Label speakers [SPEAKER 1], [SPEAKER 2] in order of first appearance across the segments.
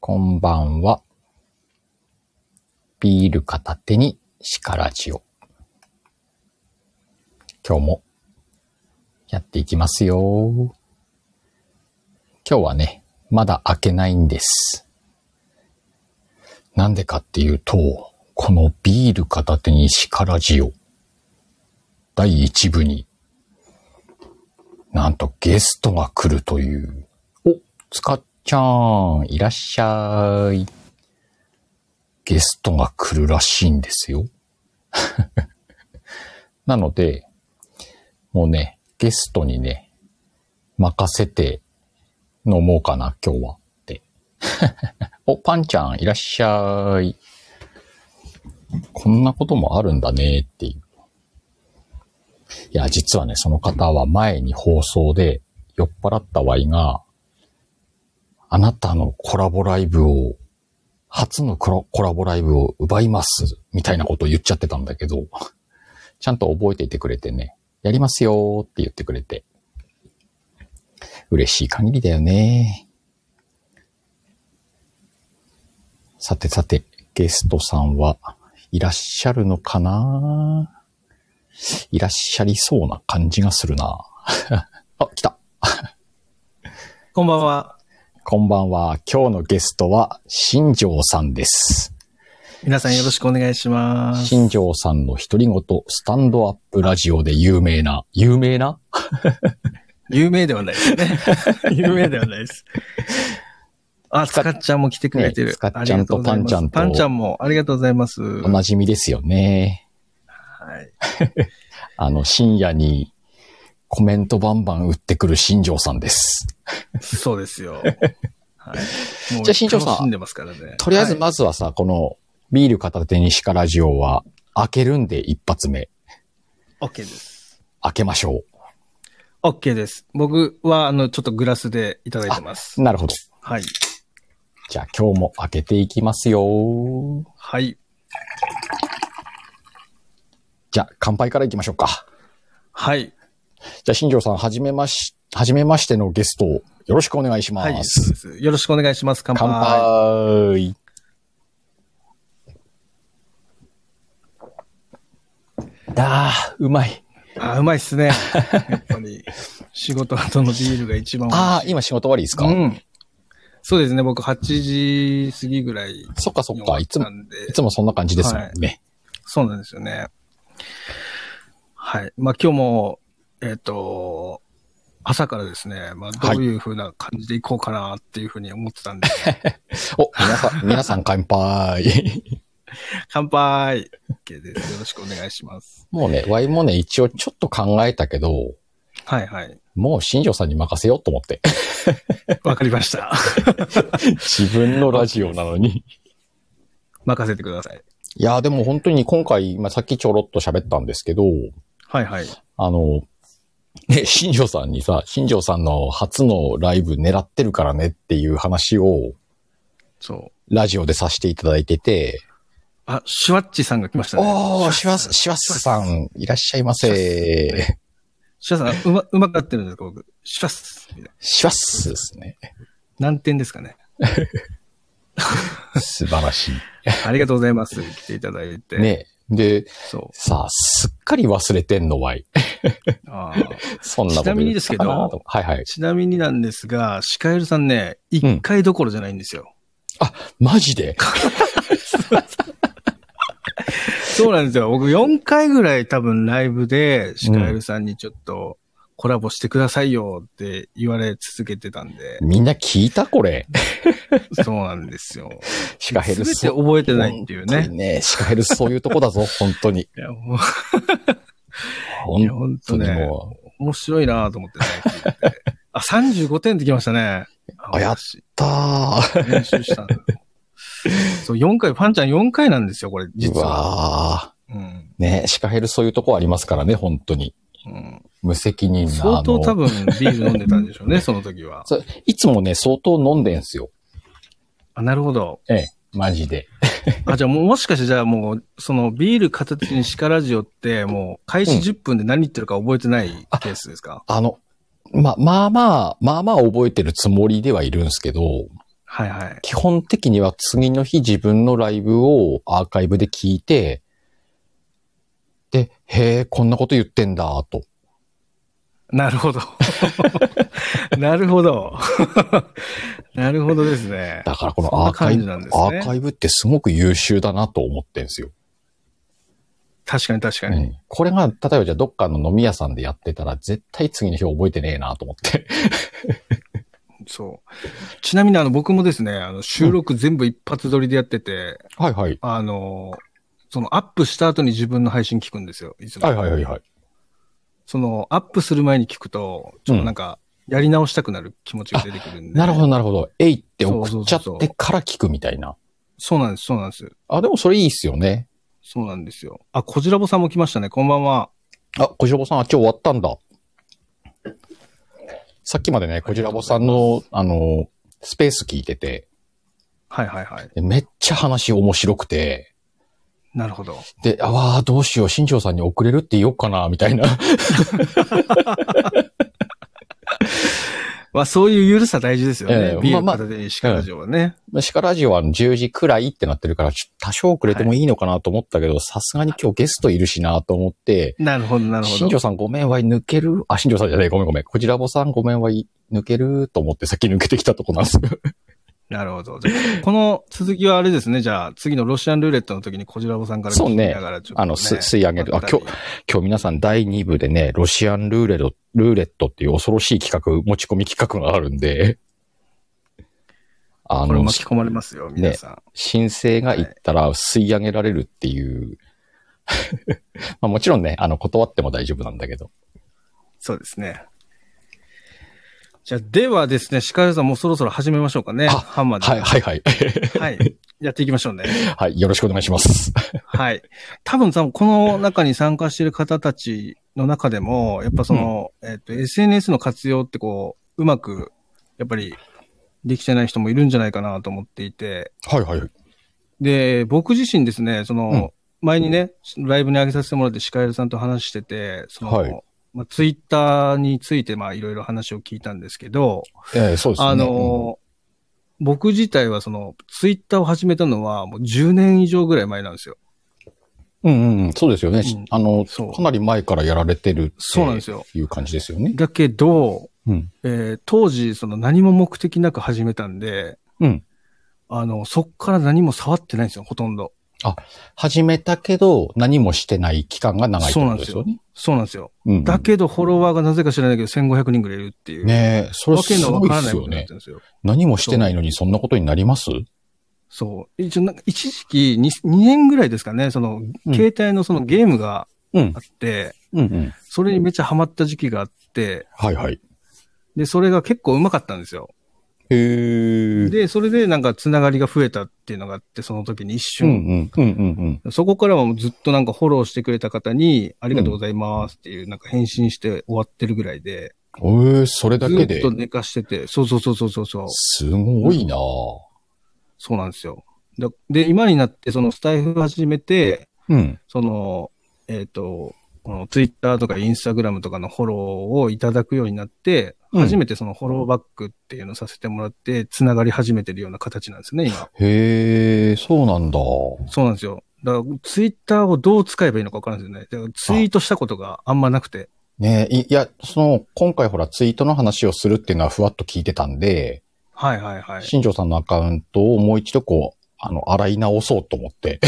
[SPEAKER 1] こんばんは。ビール片手に鹿ラジオ。今日もやっていきますよ。今日はね、まだ開けないんです。なんでかっていうと、このビール片手に鹿ラジオ第1部になんとゲストが来るという。お、つかっちゃん、いらっしゃい。ゲストが来るらしいんですよ。 なので、もうね、ゲストにね、任せて飲もうかな、今日は。って。 お、パンちゃん、いらっしゃい。こんなこともあるんだね、っていう。いや、実はね、その方は前に放送で酔っ払ったワイが、あなたのコラボライブを、初のコラコラボライブを奪います、みたいなことを言っちゃってたんだけど、ちゃんと覚えていてくれてね、やりますよーって言ってくれて、嬉しい限りだよね。さてさて、ゲストさんはいらっしゃるのかないらっしゃりそうな感じがするな。 あ、来た。
[SPEAKER 2] こんばんは。
[SPEAKER 1] こんばんは。今日のゲストは、新庄さんです。
[SPEAKER 2] 皆さんよろしくお願いします。
[SPEAKER 1] 新庄さんの独り言、スタンドアップラジオで有名な、有名な
[SPEAKER 2] 有名ではないですね。 有名ではないです。あ、
[SPEAKER 1] つか
[SPEAKER 2] つかっちゃんも来てくれて
[SPEAKER 1] ね
[SPEAKER 2] る。
[SPEAKER 1] つかっちゃんと
[SPEAKER 2] ありがうござ
[SPEAKER 1] パ
[SPEAKER 2] います
[SPEAKER 1] ンちゃんと
[SPEAKER 2] パンちゃんもありがとうございます。
[SPEAKER 1] おなじみですよね。
[SPEAKER 2] はい。
[SPEAKER 1] あの、深夜にコメントバンバン打ってくる新庄さんです。
[SPEAKER 2] そうです よ。はい。もう
[SPEAKER 1] じゃあ新庄さん
[SPEAKER 2] 楽しんでますからね。
[SPEAKER 1] とりあえず
[SPEAKER 2] はい
[SPEAKER 1] まずはさ、このビール片手にシカラジオは開けるんで一発目。
[SPEAKER 2] OK です。
[SPEAKER 1] 開けましょ
[SPEAKER 2] OK です。僕は、あの、ちょっとグラスでいただいてます
[SPEAKER 1] う。。なるほど。
[SPEAKER 2] はい。
[SPEAKER 1] じゃあ今日も開けていきますよ。
[SPEAKER 2] はい。
[SPEAKER 1] じゃあ乾杯からいきましょうか。
[SPEAKER 2] は
[SPEAKER 1] じ
[SPEAKER 2] い。
[SPEAKER 1] ゃあ新庄さん、はじめまし、はじめましてのゲストをよろしくお願いしま
[SPEAKER 2] はい。そう
[SPEAKER 1] す。
[SPEAKER 2] ですよろしくお願いします。乾杯。
[SPEAKER 1] 乾杯。あー、うまい。
[SPEAKER 2] あ、うまいっすね。やっぱり、仕事後のビールが一番美味しい
[SPEAKER 1] あー、今仕事終わりですか、
[SPEAKER 2] うん。そうですね、僕8時過ぎぐらいに
[SPEAKER 1] そっかそ
[SPEAKER 2] 終
[SPEAKER 1] っ
[SPEAKER 2] わ
[SPEAKER 1] か。
[SPEAKER 2] っ
[SPEAKER 1] いつも、
[SPEAKER 2] たんで、
[SPEAKER 1] いつもそんな感じですもんね。
[SPEAKER 2] そうなんですよね。はい。まあ今日も、えっ、と、朝からですね、まあどういう風な感じでいこうかなっていうふうに思ってた んで、
[SPEAKER 1] お、皆さん、 皆さん乾杯。
[SPEAKER 2] 乾杯 !OK です。よろしくお願いします。
[SPEAKER 1] もうね、ワイもね、一応ちょっと考えたけど、
[SPEAKER 2] はいはい。
[SPEAKER 1] もう新庄さんに任せようと思って。
[SPEAKER 2] わかりました。
[SPEAKER 1] 自分のラジオなのに。
[SPEAKER 2] 任せてください。
[SPEAKER 1] いやーでも本当に今回、まあ、さっきちょろっと喋ったんですけど、
[SPEAKER 2] はいはい。
[SPEAKER 1] あの、ね、 新庄さんにさ、新庄さんの初のライブ狙ってるからねっていう話を、
[SPEAKER 2] そう。
[SPEAKER 1] ラジオでさせていただいてて、
[SPEAKER 2] あ、シュワッチさんが来ましたね。
[SPEAKER 1] おー、シ
[SPEAKER 2] シ
[SPEAKER 1] ュ
[SPEAKER 2] ュワ
[SPEAKER 1] ワ
[SPEAKER 2] ッ
[SPEAKER 1] ス、
[SPEAKER 2] チさん
[SPEAKER 1] シュワスさん、いらっしゃいませ。
[SPEAKER 2] シュワッチさん、うま、うまくなってるんですか、僕。シュワッスみたいな
[SPEAKER 1] シュワスですね。
[SPEAKER 2] 何点ですかね。
[SPEAKER 1] 素晴らし
[SPEAKER 2] ありがとうござ います。来ていただいて。
[SPEAKER 1] い。。ね。で、
[SPEAKER 2] そ
[SPEAKER 1] さあ、すっかり忘れてんのわい。
[SPEAKER 2] う。あ
[SPEAKER 1] そんなこと
[SPEAKER 2] ちなみにですけど
[SPEAKER 1] 言ったかなとはいはい。
[SPEAKER 2] ちなみになんですが、シカエルさんね、一回どころじゃないんですよ。
[SPEAKER 1] マジで
[SPEAKER 2] そうなんですよ。僕4回ぐらい多分ライブで、シカエルさんにちょっとコラボしてくださいよって言われ続けてたんで、
[SPEAKER 1] みんな聞いたこ れ。
[SPEAKER 2] そうなんですよ。
[SPEAKER 1] シカヘル
[SPEAKER 2] 全
[SPEAKER 1] ス。
[SPEAKER 2] て覚えてないっていう
[SPEAKER 1] 本当
[SPEAKER 2] ね
[SPEAKER 1] に。ね。シカヘルスそういうとこだぞ、本当に。
[SPEAKER 2] いや、もういや
[SPEAKER 1] 本
[SPEAKER 2] 本
[SPEAKER 1] 当
[SPEAKER 2] 当
[SPEAKER 1] に
[SPEAKER 2] ね、
[SPEAKER 1] もう。
[SPEAKER 2] 面白いなと思ってね聞いてて。あ、35点できましたね。
[SPEAKER 1] あやっだー。
[SPEAKER 2] 練習したんだ。そう、4回、パンちゃん4回なんですよ、これ、
[SPEAKER 1] う
[SPEAKER 2] 実は。
[SPEAKER 1] わ
[SPEAKER 2] うん。
[SPEAKER 1] ー。ね、シカヘルスそういうとこありますからね、本当に。
[SPEAKER 2] うん、
[SPEAKER 1] 無責任な。
[SPEAKER 2] 相
[SPEAKER 1] あ
[SPEAKER 2] 当
[SPEAKER 1] の
[SPEAKER 2] 多分ビール飲んでたんでしょうね、その時は。
[SPEAKER 1] そういつもね、相当飲んでんすよ。
[SPEAKER 2] あ、なるほど。
[SPEAKER 1] ええ、マジで。
[SPEAKER 2] あ、じゃあもうもしかしてじゃあもう、そのビール片手に鹿ラジオって、もう開始10分で何言ってるか覚えてないケースですか、
[SPEAKER 1] あの、ま、まあまあ、まあまあ覚えてるつもりではいるんすけど、
[SPEAKER 2] はいはい。
[SPEAKER 1] 基本的には次の日自分のライブをアーカイブで聞いて、で、へえ、こんなこと言ってんだ、と。
[SPEAKER 2] なる ほど。なるほど。なるほどですね。
[SPEAKER 1] だからこのアーカイブ、
[SPEAKER 2] そんな感じなんです
[SPEAKER 1] ア
[SPEAKER 2] ね
[SPEAKER 1] ーカイブってすごく優秀だなと思ってんですよ。
[SPEAKER 2] 確かに確か
[SPEAKER 1] う
[SPEAKER 2] に。
[SPEAKER 1] んこれが、例えばじゃあどっかの飲み屋さんでやってたら、絶対次の日覚えてねえなと思って。
[SPEAKER 2] そう。ちなみにあの僕もですね、あの収録全部一発撮りでやってて、
[SPEAKER 1] はいはい。
[SPEAKER 2] あの、そのアップした後に自分の配信聞くんですよ、いつも。
[SPEAKER 1] はいはいはいはい。
[SPEAKER 2] そのアップする前に聞くと、ちょっとなんか、やり直したくなる気持ちが出てくるんで。
[SPEAKER 1] なるほどなるほど。えいって送っちゃっ
[SPEAKER 2] そうそうそう
[SPEAKER 1] て
[SPEAKER 2] そ
[SPEAKER 1] から聞くみたいな。
[SPEAKER 2] そうなんです、そうなんです。
[SPEAKER 1] あ、でもそれいいっすよね。
[SPEAKER 2] そうなんですよ。あ、こじらぼさんも来ましたね。こんばんは。
[SPEAKER 1] あ、小じらぼさんあっち終わったんだ。さっきまでね、小じらぼさんの、あの、スペース聞いてて、
[SPEAKER 2] はいはいはい。
[SPEAKER 1] でめっちゃ話面白くて、
[SPEAKER 2] なるほど。
[SPEAKER 1] で、あわーどうしよう、新庄さんに遅れるって言おうかな、みたいな。
[SPEAKER 2] まあ、そういうゆるさ大事ですよね。
[SPEAKER 1] ええ
[SPEAKER 2] ビール
[SPEAKER 1] まあまあ
[SPEAKER 2] 片手に叱る上はね。
[SPEAKER 1] シカラジオは10時くらいってなってるから、ちょ多少遅れてもいいのかなと思ったけど、さすがに今日ゲストいるしなと思って、
[SPEAKER 2] なるほど、なるほ
[SPEAKER 1] 新庄
[SPEAKER 2] ど。
[SPEAKER 1] さんごめんわい抜けるあ、新庄さんじゃない、ごめんごめん。こちらぼさんごめんわい抜けると思って先抜けてきたとこなんですよ。
[SPEAKER 2] なるほど。じゃあこの続きはあれですね。じゃあ、次のロシアンルーレットの時にこじらぼさんから聞きながらちょっと、ね
[SPEAKER 1] あの、す吸い上げる。あ、今日
[SPEAKER 2] 日、、
[SPEAKER 1] 今日皆さん第2部でね、ロシアンルーレット、ルーレットっていう恐ろしい企画、持ち込み企画があるんで、あ
[SPEAKER 2] これ
[SPEAKER 1] の、
[SPEAKER 2] 巻き込まれますよ、皆さん。
[SPEAKER 1] 申請が行ったら吸い上げられるっていう。 まあもちろんね、あの、断っても大丈夫なんだけど。
[SPEAKER 2] そうですね。じゃあ、ではですね、シカルさんもうそろそろ始めましょうかね。
[SPEAKER 1] あ
[SPEAKER 2] ハンマーで。
[SPEAKER 1] はい、はい、はい。
[SPEAKER 2] はい。やっていきましょうね。
[SPEAKER 1] はい、よろしくお願いし ます。
[SPEAKER 2] はい。多分さ、この中に参加している方たちの中でも、やっぱその、えっと、SNS の活用ってこう、うまく、やっぱり、できてない人もいるんじゃないかなと思っていて、
[SPEAKER 1] はい、はい、はい。
[SPEAKER 2] で、僕自身ですね、その、
[SPEAKER 1] うん
[SPEAKER 2] 前にね、ライブに上げさせてもらって、シカエルさんと話してて、その、
[SPEAKER 1] はい
[SPEAKER 2] まあ、ツイッターについて、まあ、いろいろ話を聞いたんですけど、
[SPEAKER 1] ええそうですね。
[SPEAKER 2] あの、僕自体はその、ツイッターを始めたのは、もう10年以上ぐらい前なんですよ。
[SPEAKER 1] うん、うんうんうん、そうですよね。
[SPEAKER 2] うん
[SPEAKER 1] あの、
[SPEAKER 2] そう
[SPEAKER 1] かなり前からやられてるって
[SPEAKER 2] そうなんですよ
[SPEAKER 1] いう感じですよね。
[SPEAKER 2] だけど、
[SPEAKER 1] うん。
[SPEAKER 2] えー当時、その何も目的なく始めたんで、
[SPEAKER 1] うん。
[SPEAKER 2] あの、そっから何も触ってないんですよ、ほとんど。
[SPEAKER 1] 始めたけど、何もしてない期間が長いってことですよね。
[SPEAKER 2] そうなんですよ。
[SPEAKER 1] うんうん
[SPEAKER 2] だけど、フォロワーがなぜか知らないけど、1500人ぐらいいるっていう。
[SPEAKER 1] ねえ、それ
[SPEAKER 2] わ
[SPEAKER 1] す
[SPEAKER 2] けのわ
[SPEAKER 1] ごい
[SPEAKER 2] か
[SPEAKER 1] で
[SPEAKER 2] らない
[SPEAKER 1] す
[SPEAKER 2] こ
[SPEAKER 1] よ
[SPEAKER 2] とになっ
[SPEAKER 1] ね
[SPEAKER 2] て。るんですよ。
[SPEAKER 1] 何もしてないのにそんなことになります
[SPEAKER 2] そう。一応、なんか一時期2、2年ぐらいですかね、その、
[SPEAKER 1] うん
[SPEAKER 2] 携帯のそのゲームが
[SPEAKER 1] うん
[SPEAKER 2] あ。って、
[SPEAKER 1] うん、うん。
[SPEAKER 2] それにめっちゃハマった時期があって、
[SPEAKER 1] はい、はい。
[SPEAKER 2] で、それが結構うまかったんですよ。
[SPEAKER 1] へえ。
[SPEAKER 2] で、それでなんかつながりが増えたっていうのがあって、その時に一
[SPEAKER 1] うん、
[SPEAKER 2] 瞬
[SPEAKER 1] うん、うん、うん、うん。
[SPEAKER 2] そこからはもうずっとなんかフォローしてくれた方に、ありがとうございますっていう、なんか返信して終わってるぐらいで、
[SPEAKER 1] ええそれだ
[SPEAKER 2] ず
[SPEAKER 1] け
[SPEAKER 2] っ
[SPEAKER 1] で
[SPEAKER 2] と。寝かしてて、そうそうそうそうそうそう、
[SPEAKER 1] すごいなぁ
[SPEAKER 2] そうなんですよ。だで、今になってそのスタイフ始めて、
[SPEAKER 1] うん。
[SPEAKER 2] その、えっ、と、このツイッターとかインスタグラムとかのフォローをいただくようになって、
[SPEAKER 1] うん
[SPEAKER 2] 初めてそのフォローバックっていうのをさせてもらって、つながり始めてるような形なんですね、今。
[SPEAKER 1] へえ、そうなんだ。
[SPEAKER 2] そうなんですよ。だからツイッターをどう使えばいいのかわからないですよね。だからツイートしたことがあんまなくて。
[SPEAKER 1] ねえ、いいや、その、今回ほらツイートの話をするっていうのはふわっと聞いてたんで、
[SPEAKER 2] はいはいはい。
[SPEAKER 1] 新庄さんのアカウントをもう一度こう、あの、洗い直そうと思って、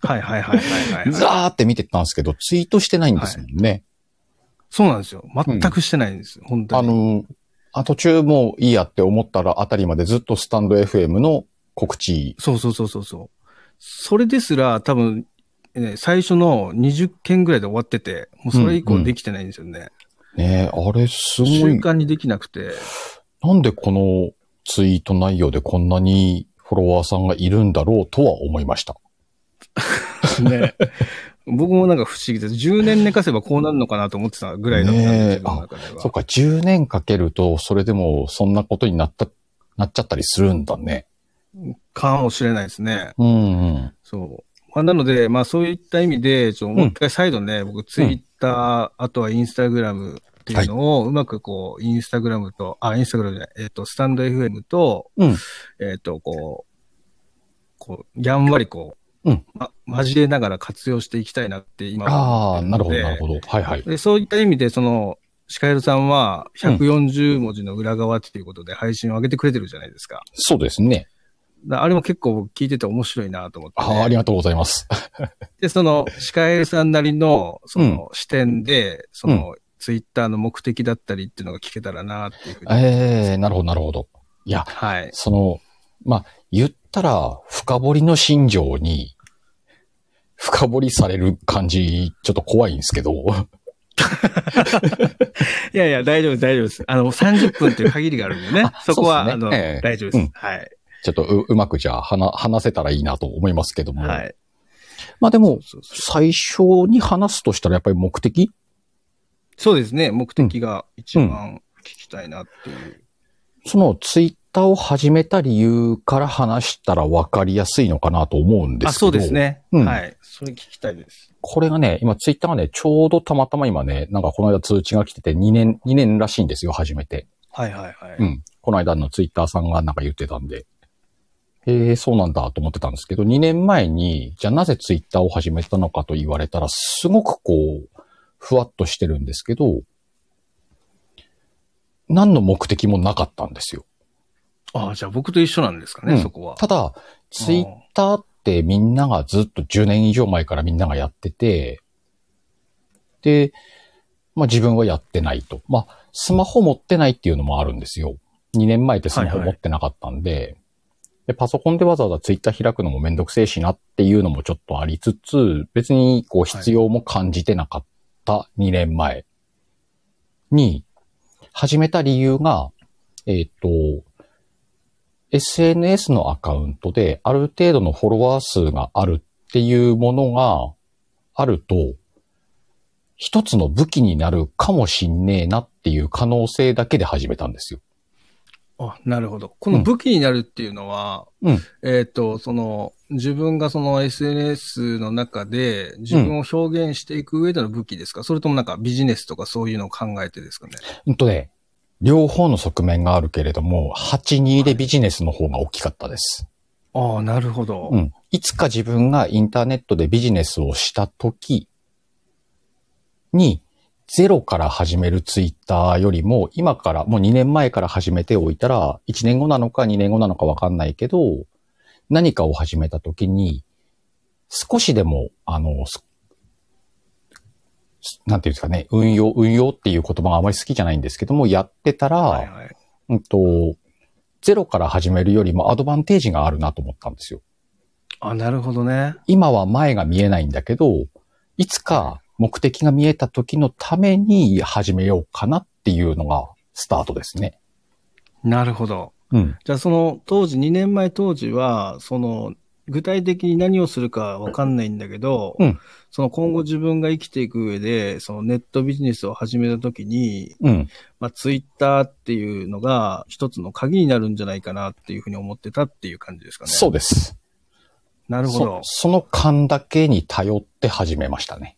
[SPEAKER 2] はいはいはいは いはい、はい。
[SPEAKER 1] ザーって見てたんですけど、ツイートしてないんですもんね。
[SPEAKER 2] そうなんですよ。全くしてないんですよ。本当
[SPEAKER 1] あ
[SPEAKER 2] に。
[SPEAKER 1] の、あ途中もういいやって思ったらあたりまでずっとスタンド FM の告知。
[SPEAKER 2] そうそうそうそうそう。それですら、多分、ね、最初の20件ぐらいで終わってて、もうそれ以
[SPEAKER 1] うんう
[SPEAKER 2] 降
[SPEAKER 1] ん
[SPEAKER 2] できてないんですよね。
[SPEAKER 1] ねえ、あれすご
[SPEAKER 2] 習
[SPEAKER 1] い。
[SPEAKER 2] 慣にできなくて。
[SPEAKER 1] なんでこのツイート内容でこんなにフォロワーさんがいるんだろうとは思いました。
[SPEAKER 2] ね。 僕もなんか不思議です。10年寝かせばこうなるのかなと思ってたぐらいだったん
[SPEAKER 1] ねえ
[SPEAKER 2] ですよ、自分の中で
[SPEAKER 1] そっ
[SPEAKER 2] は。
[SPEAKER 1] か、10年かけると、それでもそんなことになった、なっちゃったりするんだね。
[SPEAKER 2] かもしれないですね。
[SPEAKER 1] うんうん。
[SPEAKER 2] そう。まあ、なので、まあそういった意味で、ちょっともう一回再度ね、僕ツイッター、あとはインスタグラムっていうのを、うまくこう、インスタグラムと、あ、インスタグラムじゃない、えっ、と、スタンド FM と、
[SPEAKER 1] うん。
[SPEAKER 2] えっ、と、こう、こう、やんわりこう、
[SPEAKER 1] うん
[SPEAKER 2] ま、交えながら活用していきたいなって今
[SPEAKER 1] ああ、なるほど、
[SPEAKER 2] で
[SPEAKER 1] なるほど。はいはい。
[SPEAKER 2] で、そういった意味で、その、シカエルさんは
[SPEAKER 1] うん
[SPEAKER 2] 140文字の裏側っていうことで配信を上げてくれてるじゃないですか。
[SPEAKER 1] そうですね。
[SPEAKER 2] だからあれも結構聞いてて面白いなと思って、
[SPEAKER 1] ああ、ありがとうございます。
[SPEAKER 2] で、その、シカエルさんなりの、その、視点で、その、ツイッターの目的だったりっていうのが聞けたらなっていうふうに。
[SPEAKER 1] ええなるほど、なるほど。いや、
[SPEAKER 2] はい。
[SPEAKER 1] その、まあ、言ったら、深掘りの心情に、深掘りされる感じ、ちょっと怖いんですけど。
[SPEAKER 2] いやいや、大丈夫です、大丈夫です。あの、30分っていう限りがあるんでね
[SPEAKER 1] あ。
[SPEAKER 2] そこ
[SPEAKER 1] そう
[SPEAKER 2] は、あ
[SPEAKER 1] ですね
[SPEAKER 2] の、
[SPEAKER 1] ええ
[SPEAKER 2] 大丈夫です。
[SPEAKER 1] うん
[SPEAKER 2] はい。
[SPEAKER 1] ちょっとう、うまくじゃあ、話、話せたらいいなと思いますけども。
[SPEAKER 2] はい。
[SPEAKER 1] まあでも、
[SPEAKER 2] そうそうそう
[SPEAKER 1] 最初に話すとしたら、やっぱり目的
[SPEAKER 2] そうですね。目的が一番聞きたいなっていう。
[SPEAKER 1] その、ツイッターを始めた理由から話したら分かりやすいのかなと思うんですけど。
[SPEAKER 2] あ、そうです。ね。
[SPEAKER 1] うん
[SPEAKER 2] はい。それ聞きたいです。
[SPEAKER 1] これがね、今ツイッターがね、ちょうどたまたま今ね、なんかこの間通知が来てて2年、2年らしいんですよ、初めて。
[SPEAKER 2] はいはいはい。
[SPEAKER 1] うん。この間のツイッターさんがなんか言ってたんで。へえ、そうなんだと思ってたんですけど、2年前に、じゃあなぜツイッターを始めたのかと言われたら、すごくこう、ふわっとしてるんですけど、何の目的もなかったんですよ。
[SPEAKER 2] ああ、じゃあ僕と一緒なんですかね、
[SPEAKER 1] うん
[SPEAKER 2] そこは。
[SPEAKER 1] ただ、ツイッターってみんながずっと10年以上前からみんながやってて、で、まあ自分はやってないと。まあ、スマホ持ってないっていうのもあるんですよ。2年前ってスマホ持ってなかったんで、でパソコンでわざわざツイッター開くのもめんどくせえしなっていうのもちょっとありつつ、別にこう必要も感じてなかった2年前に、始めた理由が、えっ、と、SNS のアカウントである程度のフォロワー数があるっていうものがあると、一つの武器になるかもしんねえなっていう可能性だけで始めたんですよ。
[SPEAKER 2] あ、なるほど。この武器になるっていうのは、
[SPEAKER 1] うん
[SPEAKER 2] えっ、と、その、自分がその SNS の中で自分を表現していく上での武器ですか、それともなんかビジネスとかそういうのを考えてですかね
[SPEAKER 1] うんとね、両方の側面があるけれども、82でビジネスの方が大きかったです。
[SPEAKER 2] ああ、なるほど。
[SPEAKER 1] うん。いつか自分がインターネットでビジネスをした時に、ゼロから始めるツイッターよりも、今から、もう2年前から始めておいたら、1年後なのか2年後なのかわかんないけど、何かを始めた時に、少しでも、あの、すなんていうんですかね、運用、運用っていう言葉があまり好きじゃないんですけども、やってたら、
[SPEAKER 2] はいはい。
[SPEAKER 1] うんと、ゼロから始めるよりもアドバンテージがあるなと思ったんですよ。
[SPEAKER 2] あ、なるほどね。
[SPEAKER 1] 今は前が見えないんだけど、いつか目的が見えた時のために始めようかなっていうのがスタートですね。
[SPEAKER 2] なるほど。
[SPEAKER 1] うん。
[SPEAKER 2] じゃあその当時、2年前当時は、その、具体的に何をするかわかんないんだけど、
[SPEAKER 1] うん
[SPEAKER 2] その今後自分が生きていく上で、そのネットビジネスを始めたときに、
[SPEAKER 1] うん。
[SPEAKER 2] まあ、ツイッターっていうのが一つの鍵になるんじゃないかなっていうふうに思ってたっていう感じですかね。
[SPEAKER 1] そうです。
[SPEAKER 2] う。なるほど
[SPEAKER 1] そ。その勘だけに頼って始めましたね。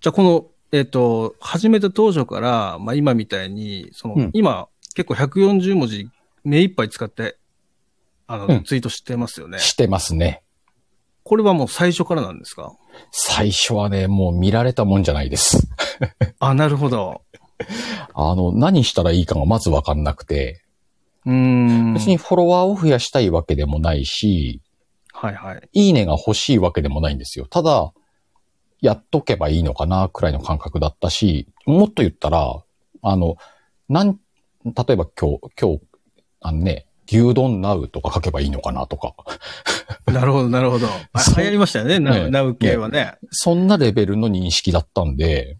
[SPEAKER 2] じゃあこの、えっ、と、始めた当初から、まあ今みたいに、その、
[SPEAKER 1] うん
[SPEAKER 2] 今結構140文字目いっぱい使って、あの、
[SPEAKER 1] うん
[SPEAKER 2] ツイートしてますよね。
[SPEAKER 1] してますね。
[SPEAKER 2] これはもう最初からなんですか
[SPEAKER 1] 最初はね、もう見られたもんじゃないです。
[SPEAKER 2] あ、なるほど。
[SPEAKER 1] あの、何したらいいかがまずわかんなくて、
[SPEAKER 2] うーん。
[SPEAKER 1] 別に。フォロワーを増やしたいわけでもないし、
[SPEAKER 2] はいはい。
[SPEAKER 1] いいねが欲しいわけでもないんですよ。ただ、やっとけばいいのかな、くらいの感覚だったし、もっと言ったら、あの、なん、例えば今日、今日、あのね、牛丼ナウとか書けばいいのかなとか、
[SPEAKER 2] なるほど、なるほど。あ
[SPEAKER 1] そう
[SPEAKER 2] 流行りましたよね、
[SPEAKER 1] え
[SPEAKER 2] ナ
[SPEAKER 1] え
[SPEAKER 2] ウナウ系はね。
[SPEAKER 1] そんなレベルの認識だったんで、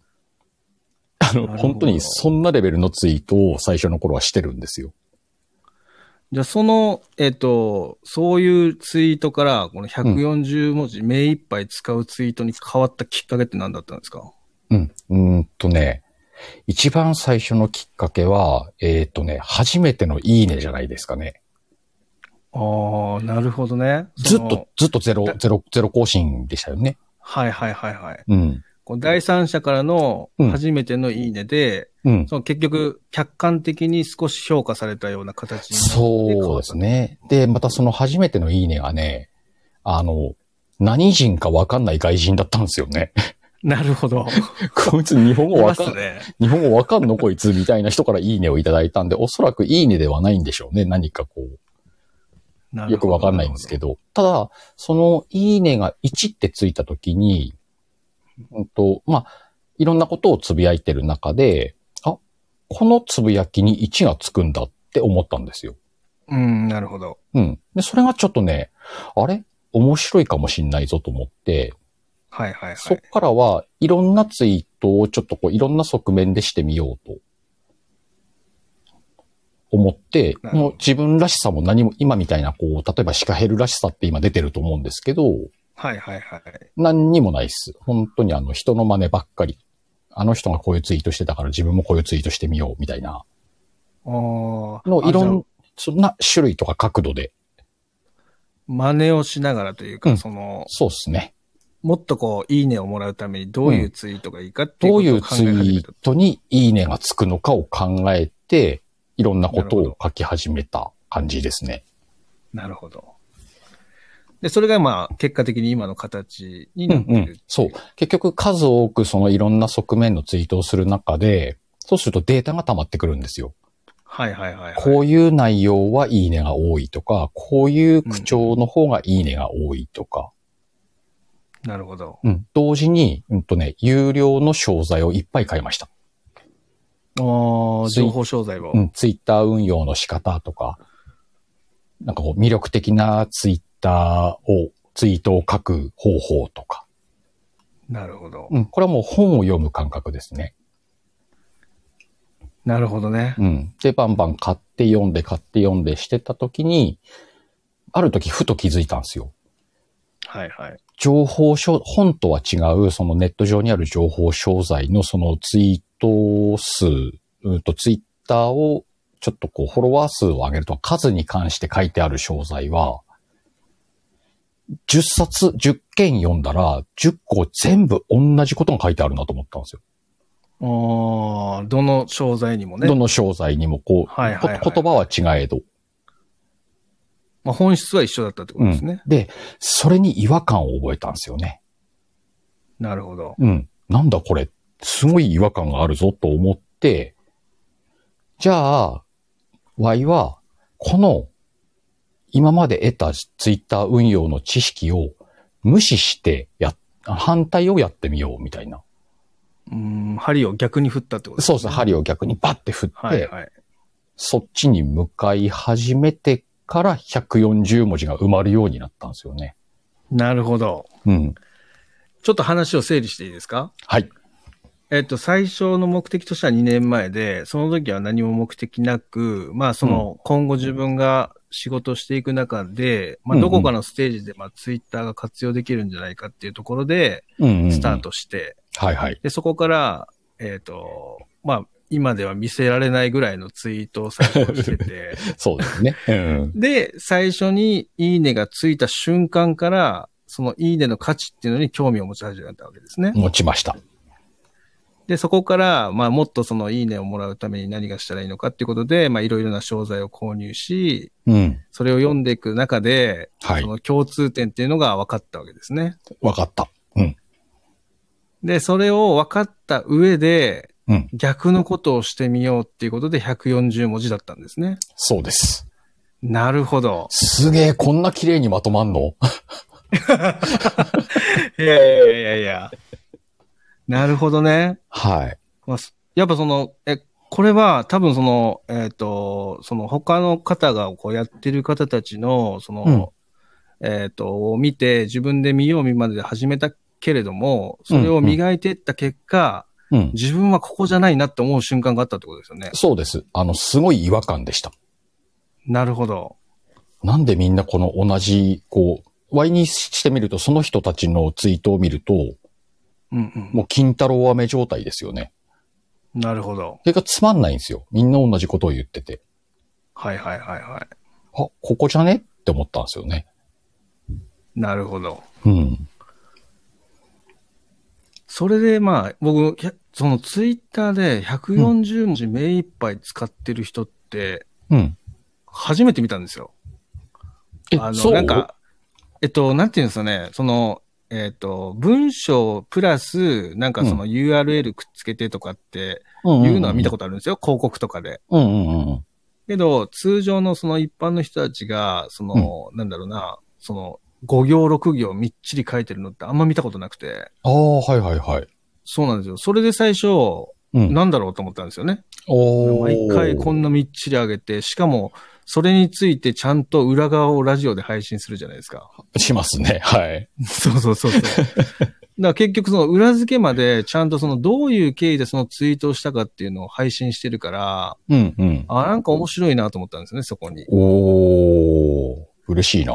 [SPEAKER 1] あの、
[SPEAKER 2] なるほど
[SPEAKER 1] 本当にそんなレベルのツイートを最初の頃はしてるんですよ。
[SPEAKER 2] じゃあ、その、えっ、と、そういうツイートから、この140文字目いっぱい使うツイートに変わったきっかけって何だったんですか
[SPEAKER 1] うん。うーんとね、一番最初のきっかけは、えっ、とね、初めてのいいねじゃないですかね。
[SPEAKER 2] ああ、なるほどね。
[SPEAKER 1] ずっ
[SPEAKER 2] その
[SPEAKER 1] と。、ずっとゼロ、ゼロ、ゼロ更新でしたよね。
[SPEAKER 2] はいはいはいはい。
[SPEAKER 1] うん。
[SPEAKER 2] こう第三者からの
[SPEAKER 1] うん
[SPEAKER 2] 初めてのいいねで、
[SPEAKER 1] うん。
[SPEAKER 2] その結局、客観的に少し評価されたような形になって変
[SPEAKER 1] そう
[SPEAKER 2] わ
[SPEAKER 1] で
[SPEAKER 2] った
[SPEAKER 1] す。ね。で、またその初めてのいいねがね、あの、何人かわかんない外人だったんですよね。
[SPEAKER 2] なるほど。
[SPEAKER 1] こいつ日本語わか
[SPEAKER 2] いま
[SPEAKER 1] ん、
[SPEAKER 2] すね。
[SPEAKER 1] 日本語わかんのこいつみたいな人からいいねをいただいたんで、おそらくいいねではないんでしょうね。何かこう、
[SPEAKER 2] なる
[SPEAKER 1] よ
[SPEAKER 2] ほ
[SPEAKER 1] く
[SPEAKER 2] ど
[SPEAKER 1] わかんないんですけど。ただ、そのいいねが1ってついたときに、うんと、まあ、いろんなことをつぶやいてる中で、あ、このつぶやきに1がつくんだって思ったんですよ。
[SPEAKER 2] うん、なるほど。
[SPEAKER 1] うん。で、それがちょっとね、あれ面白いかもしんないぞと思って、
[SPEAKER 2] はいはいは
[SPEAKER 1] そっ
[SPEAKER 2] い。
[SPEAKER 1] からはいろんなツイートをちょっとこういろんな側面でしてみようと思って、
[SPEAKER 2] なるほど
[SPEAKER 1] もう自分らしさも何も今みたいなこう、例えばシカヘルらしさって今出てると思うんですけど、
[SPEAKER 2] はいはいはい。
[SPEAKER 1] 何にもないっす。本当にあの人の真似ばっかり。あの人がこういうツイートしてたから自分もこういうツイートしてみようみたいな。
[SPEAKER 2] あー
[SPEAKER 1] の
[SPEAKER 2] あ
[SPEAKER 1] いろ
[SPEAKER 2] じゃあ
[SPEAKER 1] ん、そんな種類とか角度で。
[SPEAKER 2] 真似をしながらというか、
[SPEAKER 1] うん
[SPEAKER 2] その、
[SPEAKER 1] そうっすね。
[SPEAKER 2] もっとこう、いいねをもらうためにどういうツイートがいいかっていう
[SPEAKER 1] ど
[SPEAKER 2] こ
[SPEAKER 1] うい
[SPEAKER 2] とを
[SPEAKER 1] う
[SPEAKER 2] 考
[SPEAKER 1] ツイ
[SPEAKER 2] え始め
[SPEAKER 1] ー
[SPEAKER 2] た。
[SPEAKER 1] トにいいねがつくのかを考えて、いろんなことを書き始めた感じですね。
[SPEAKER 2] なるほど。で、それがまあ、結果的に今の形に
[SPEAKER 1] う
[SPEAKER 2] なっ
[SPEAKER 1] ん
[SPEAKER 2] て
[SPEAKER 1] う
[SPEAKER 2] るってい
[SPEAKER 1] ん。そう。結局数多くそのいろんな側面のツイートをする中で、そうするとデータが溜まってくるんですよ。
[SPEAKER 2] はいはいはい、はい。
[SPEAKER 1] こういう内容はいいねが多いとか、こういう口調の方がいいねが多いとか、
[SPEAKER 2] なるほど。
[SPEAKER 1] うん。同時に、うんとね、有料の商材をいっぱい買いました。
[SPEAKER 2] ああ、
[SPEAKER 1] ツイ
[SPEAKER 2] 情報商材を。
[SPEAKER 1] うん、ツイッター運用の仕方とか、なんかこう魅力的なツイッターを、ツイートを書く方法とか。
[SPEAKER 2] なるほど。
[SPEAKER 1] うん、これはもう本を読む感覚ですね。
[SPEAKER 2] なるほどね。
[SPEAKER 1] うん。で、バンバン買って読んで買って読んでしてた時に、ある時ふと気づいたんですよ。
[SPEAKER 2] はいはい。
[SPEAKER 1] 情報書、本とは違う、そのネット上にある情報商材のそのツイート数、うんとツイッターをちょっとこうフォロワー数を上げると数に関して書いてある商材は、10冊、10件読んだら、10個全部同じことが書いてあるなと思ったんですよ。
[SPEAKER 2] ああ、どの商材にもね
[SPEAKER 1] ど。の商材にもこう、
[SPEAKER 2] はいはいはい
[SPEAKER 1] こ言葉は違えど。
[SPEAKER 2] まあ、本質は一緒だったってことですね。
[SPEAKER 1] で、それに違和感を覚えたんですよね。
[SPEAKER 2] なるほど。
[SPEAKER 1] うん。なんだこれ、すごい違和感があるぞと思って、じゃあ、Y は、この、今まで得たツイッター運用の知識を無視してや、反対をやってみようみたいな。
[SPEAKER 2] うーん、針を逆に振ったってこと
[SPEAKER 1] そうそう、針を逆にバッて振って、
[SPEAKER 2] はいはい。
[SPEAKER 1] そっちに向かい始めてから140文字が埋まるようになったんですよね。
[SPEAKER 2] なるほど。
[SPEAKER 1] うん。
[SPEAKER 2] ちょっと話を整理していいですか
[SPEAKER 1] はい。
[SPEAKER 2] えっと、最初の目的としては2年前で、その時は何も目的なく、まあ、その、今後自分が仕事していく中で、ま
[SPEAKER 1] うん
[SPEAKER 2] あ、
[SPEAKER 1] うん
[SPEAKER 2] どこかのステージで、まあ、ツイッターが活用できるんじゃないかっていうところで、
[SPEAKER 1] うんうんうん
[SPEAKER 2] スター。トして、
[SPEAKER 1] はいはい。
[SPEAKER 2] で、そこから、えっと、まあ、今では見せられないぐらいのツイートを最初してて、
[SPEAKER 1] そうですね。うん。
[SPEAKER 2] で、最初にいいねがついた瞬間から、そのいいねの価値っていうのに興味を持ち始めたわけですね。
[SPEAKER 1] 持ちました。
[SPEAKER 2] で、そこから、まあ、もっとそのいいねをもらうために何がしたらいいのかっていうことで、まあ、いろいろな商材を購入し、
[SPEAKER 1] うん。
[SPEAKER 2] それを読んでいく中で、
[SPEAKER 1] はい
[SPEAKER 2] そ。の共通点っていうのが分かったわけですね。
[SPEAKER 1] わかった。うん。
[SPEAKER 2] で、それを分かった上で、
[SPEAKER 1] うん。
[SPEAKER 2] 逆のことをしてみようっていうことで140文字だったんですね。
[SPEAKER 1] そうです。
[SPEAKER 2] なるほど。
[SPEAKER 1] すげえ、こんな綺麗にまとまんの
[SPEAKER 2] いやいやいやいや。なるほどね。
[SPEAKER 1] はい。
[SPEAKER 2] まあ、すやっぱその、え、これは多分その、えっ、と、その他の方がこうやってる方たちの、その、えっ、と、を見て自分で見よう見まねで始めたけれども、それを磨いていった結果、
[SPEAKER 1] うん。
[SPEAKER 2] 自分はここじゃないなって思う瞬間があったってことですよね。
[SPEAKER 1] そうです。あの、すごい違和感でした。
[SPEAKER 2] なるほど。
[SPEAKER 1] なんでみんなこの同じ、こう、Y にしてみると、その人たちのツイートを見ると、
[SPEAKER 2] うんうん。
[SPEAKER 1] もう金太郎飴状態ですよね。
[SPEAKER 2] なるほど。
[SPEAKER 1] それがつまんないんですよ。みんな同じことを言ってて。
[SPEAKER 2] はいはいはい
[SPEAKER 1] あ、
[SPEAKER 2] は
[SPEAKER 1] ここじゃねって思ったんですよね。
[SPEAKER 2] い。なるほど。
[SPEAKER 1] うん。
[SPEAKER 2] それでまあ、僕、ひゃそのツイッターで140文字目いっぱい使ってる人って、
[SPEAKER 1] うん。
[SPEAKER 2] 初めて見たんですよ。
[SPEAKER 1] え、
[SPEAKER 2] あ
[SPEAKER 1] そ
[SPEAKER 2] の、
[SPEAKER 1] う
[SPEAKER 2] なんか、えっと、なんていうんですかね、その、えっと、文章プラス、なんかその URL くっつけてとかっていうのは見た
[SPEAKER 1] こ
[SPEAKER 2] ことあるんですよ、広告とかで。
[SPEAKER 1] と。うんうんうん。
[SPEAKER 2] けど、通常のその一般の人たちが、その、なんだろうな、その、5行6行みっちり書いてるのってあんま見たことなくて、
[SPEAKER 1] ああ、はいはいはい。
[SPEAKER 2] そうなんですよ。それで最初、
[SPEAKER 1] うん。
[SPEAKER 2] なんだろうと思ったんですよね。
[SPEAKER 1] お
[SPEAKER 2] 毎回こんなみっちり上げて、しかも、それについてちゃんと裏側をラジオで配信するじゃないですか。
[SPEAKER 1] しますね。はい。
[SPEAKER 2] そうそうそうそう。だから結局その裏付けまでちゃんとそのどういう経緯でそのツイートをしたかっていうのを配信してるから、
[SPEAKER 1] うんうん。
[SPEAKER 2] あ、なんか面白いなと思ったんですね、そこに。い
[SPEAKER 1] おー、嬉しいな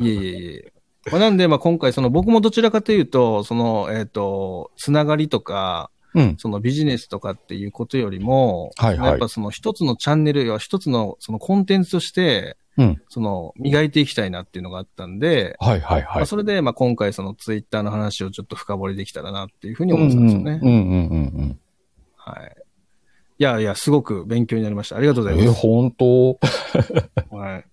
[SPEAKER 2] えいえいえ。まあ、なんで、まあ今回その僕もどちらかというと、その、えっ、と、つながりとか、
[SPEAKER 1] うん。
[SPEAKER 2] そのビジネスとかっていうことよりも、
[SPEAKER 1] はいはい
[SPEAKER 2] やっぱその一つのチャンネルや一つのそのコンテンツとして、
[SPEAKER 1] うん。
[SPEAKER 2] その磨いていきたいなっていうのがあったんで、
[SPEAKER 1] はいはいは
[SPEAKER 2] まあ
[SPEAKER 1] い。
[SPEAKER 2] それで、まあ今回そのツイッターの話をちょっと深掘りできたらなっていうふうに
[SPEAKER 1] うん
[SPEAKER 2] 思ってたんですよね。
[SPEAKER 1] うんうんうん
[SPEAKER 2] はい。いやいや、すごく勉強になりました。ありがとうご
[SPEAKER 1] う
[SPEAKER 2] ざ
[SPEAKER 1] ん。
[SPEAKER 2] い
[SPEAKER 1] え、
[SPEAKER 2] ます。
[SPEAKER 1] 本当
[SPEAKER 2] はい。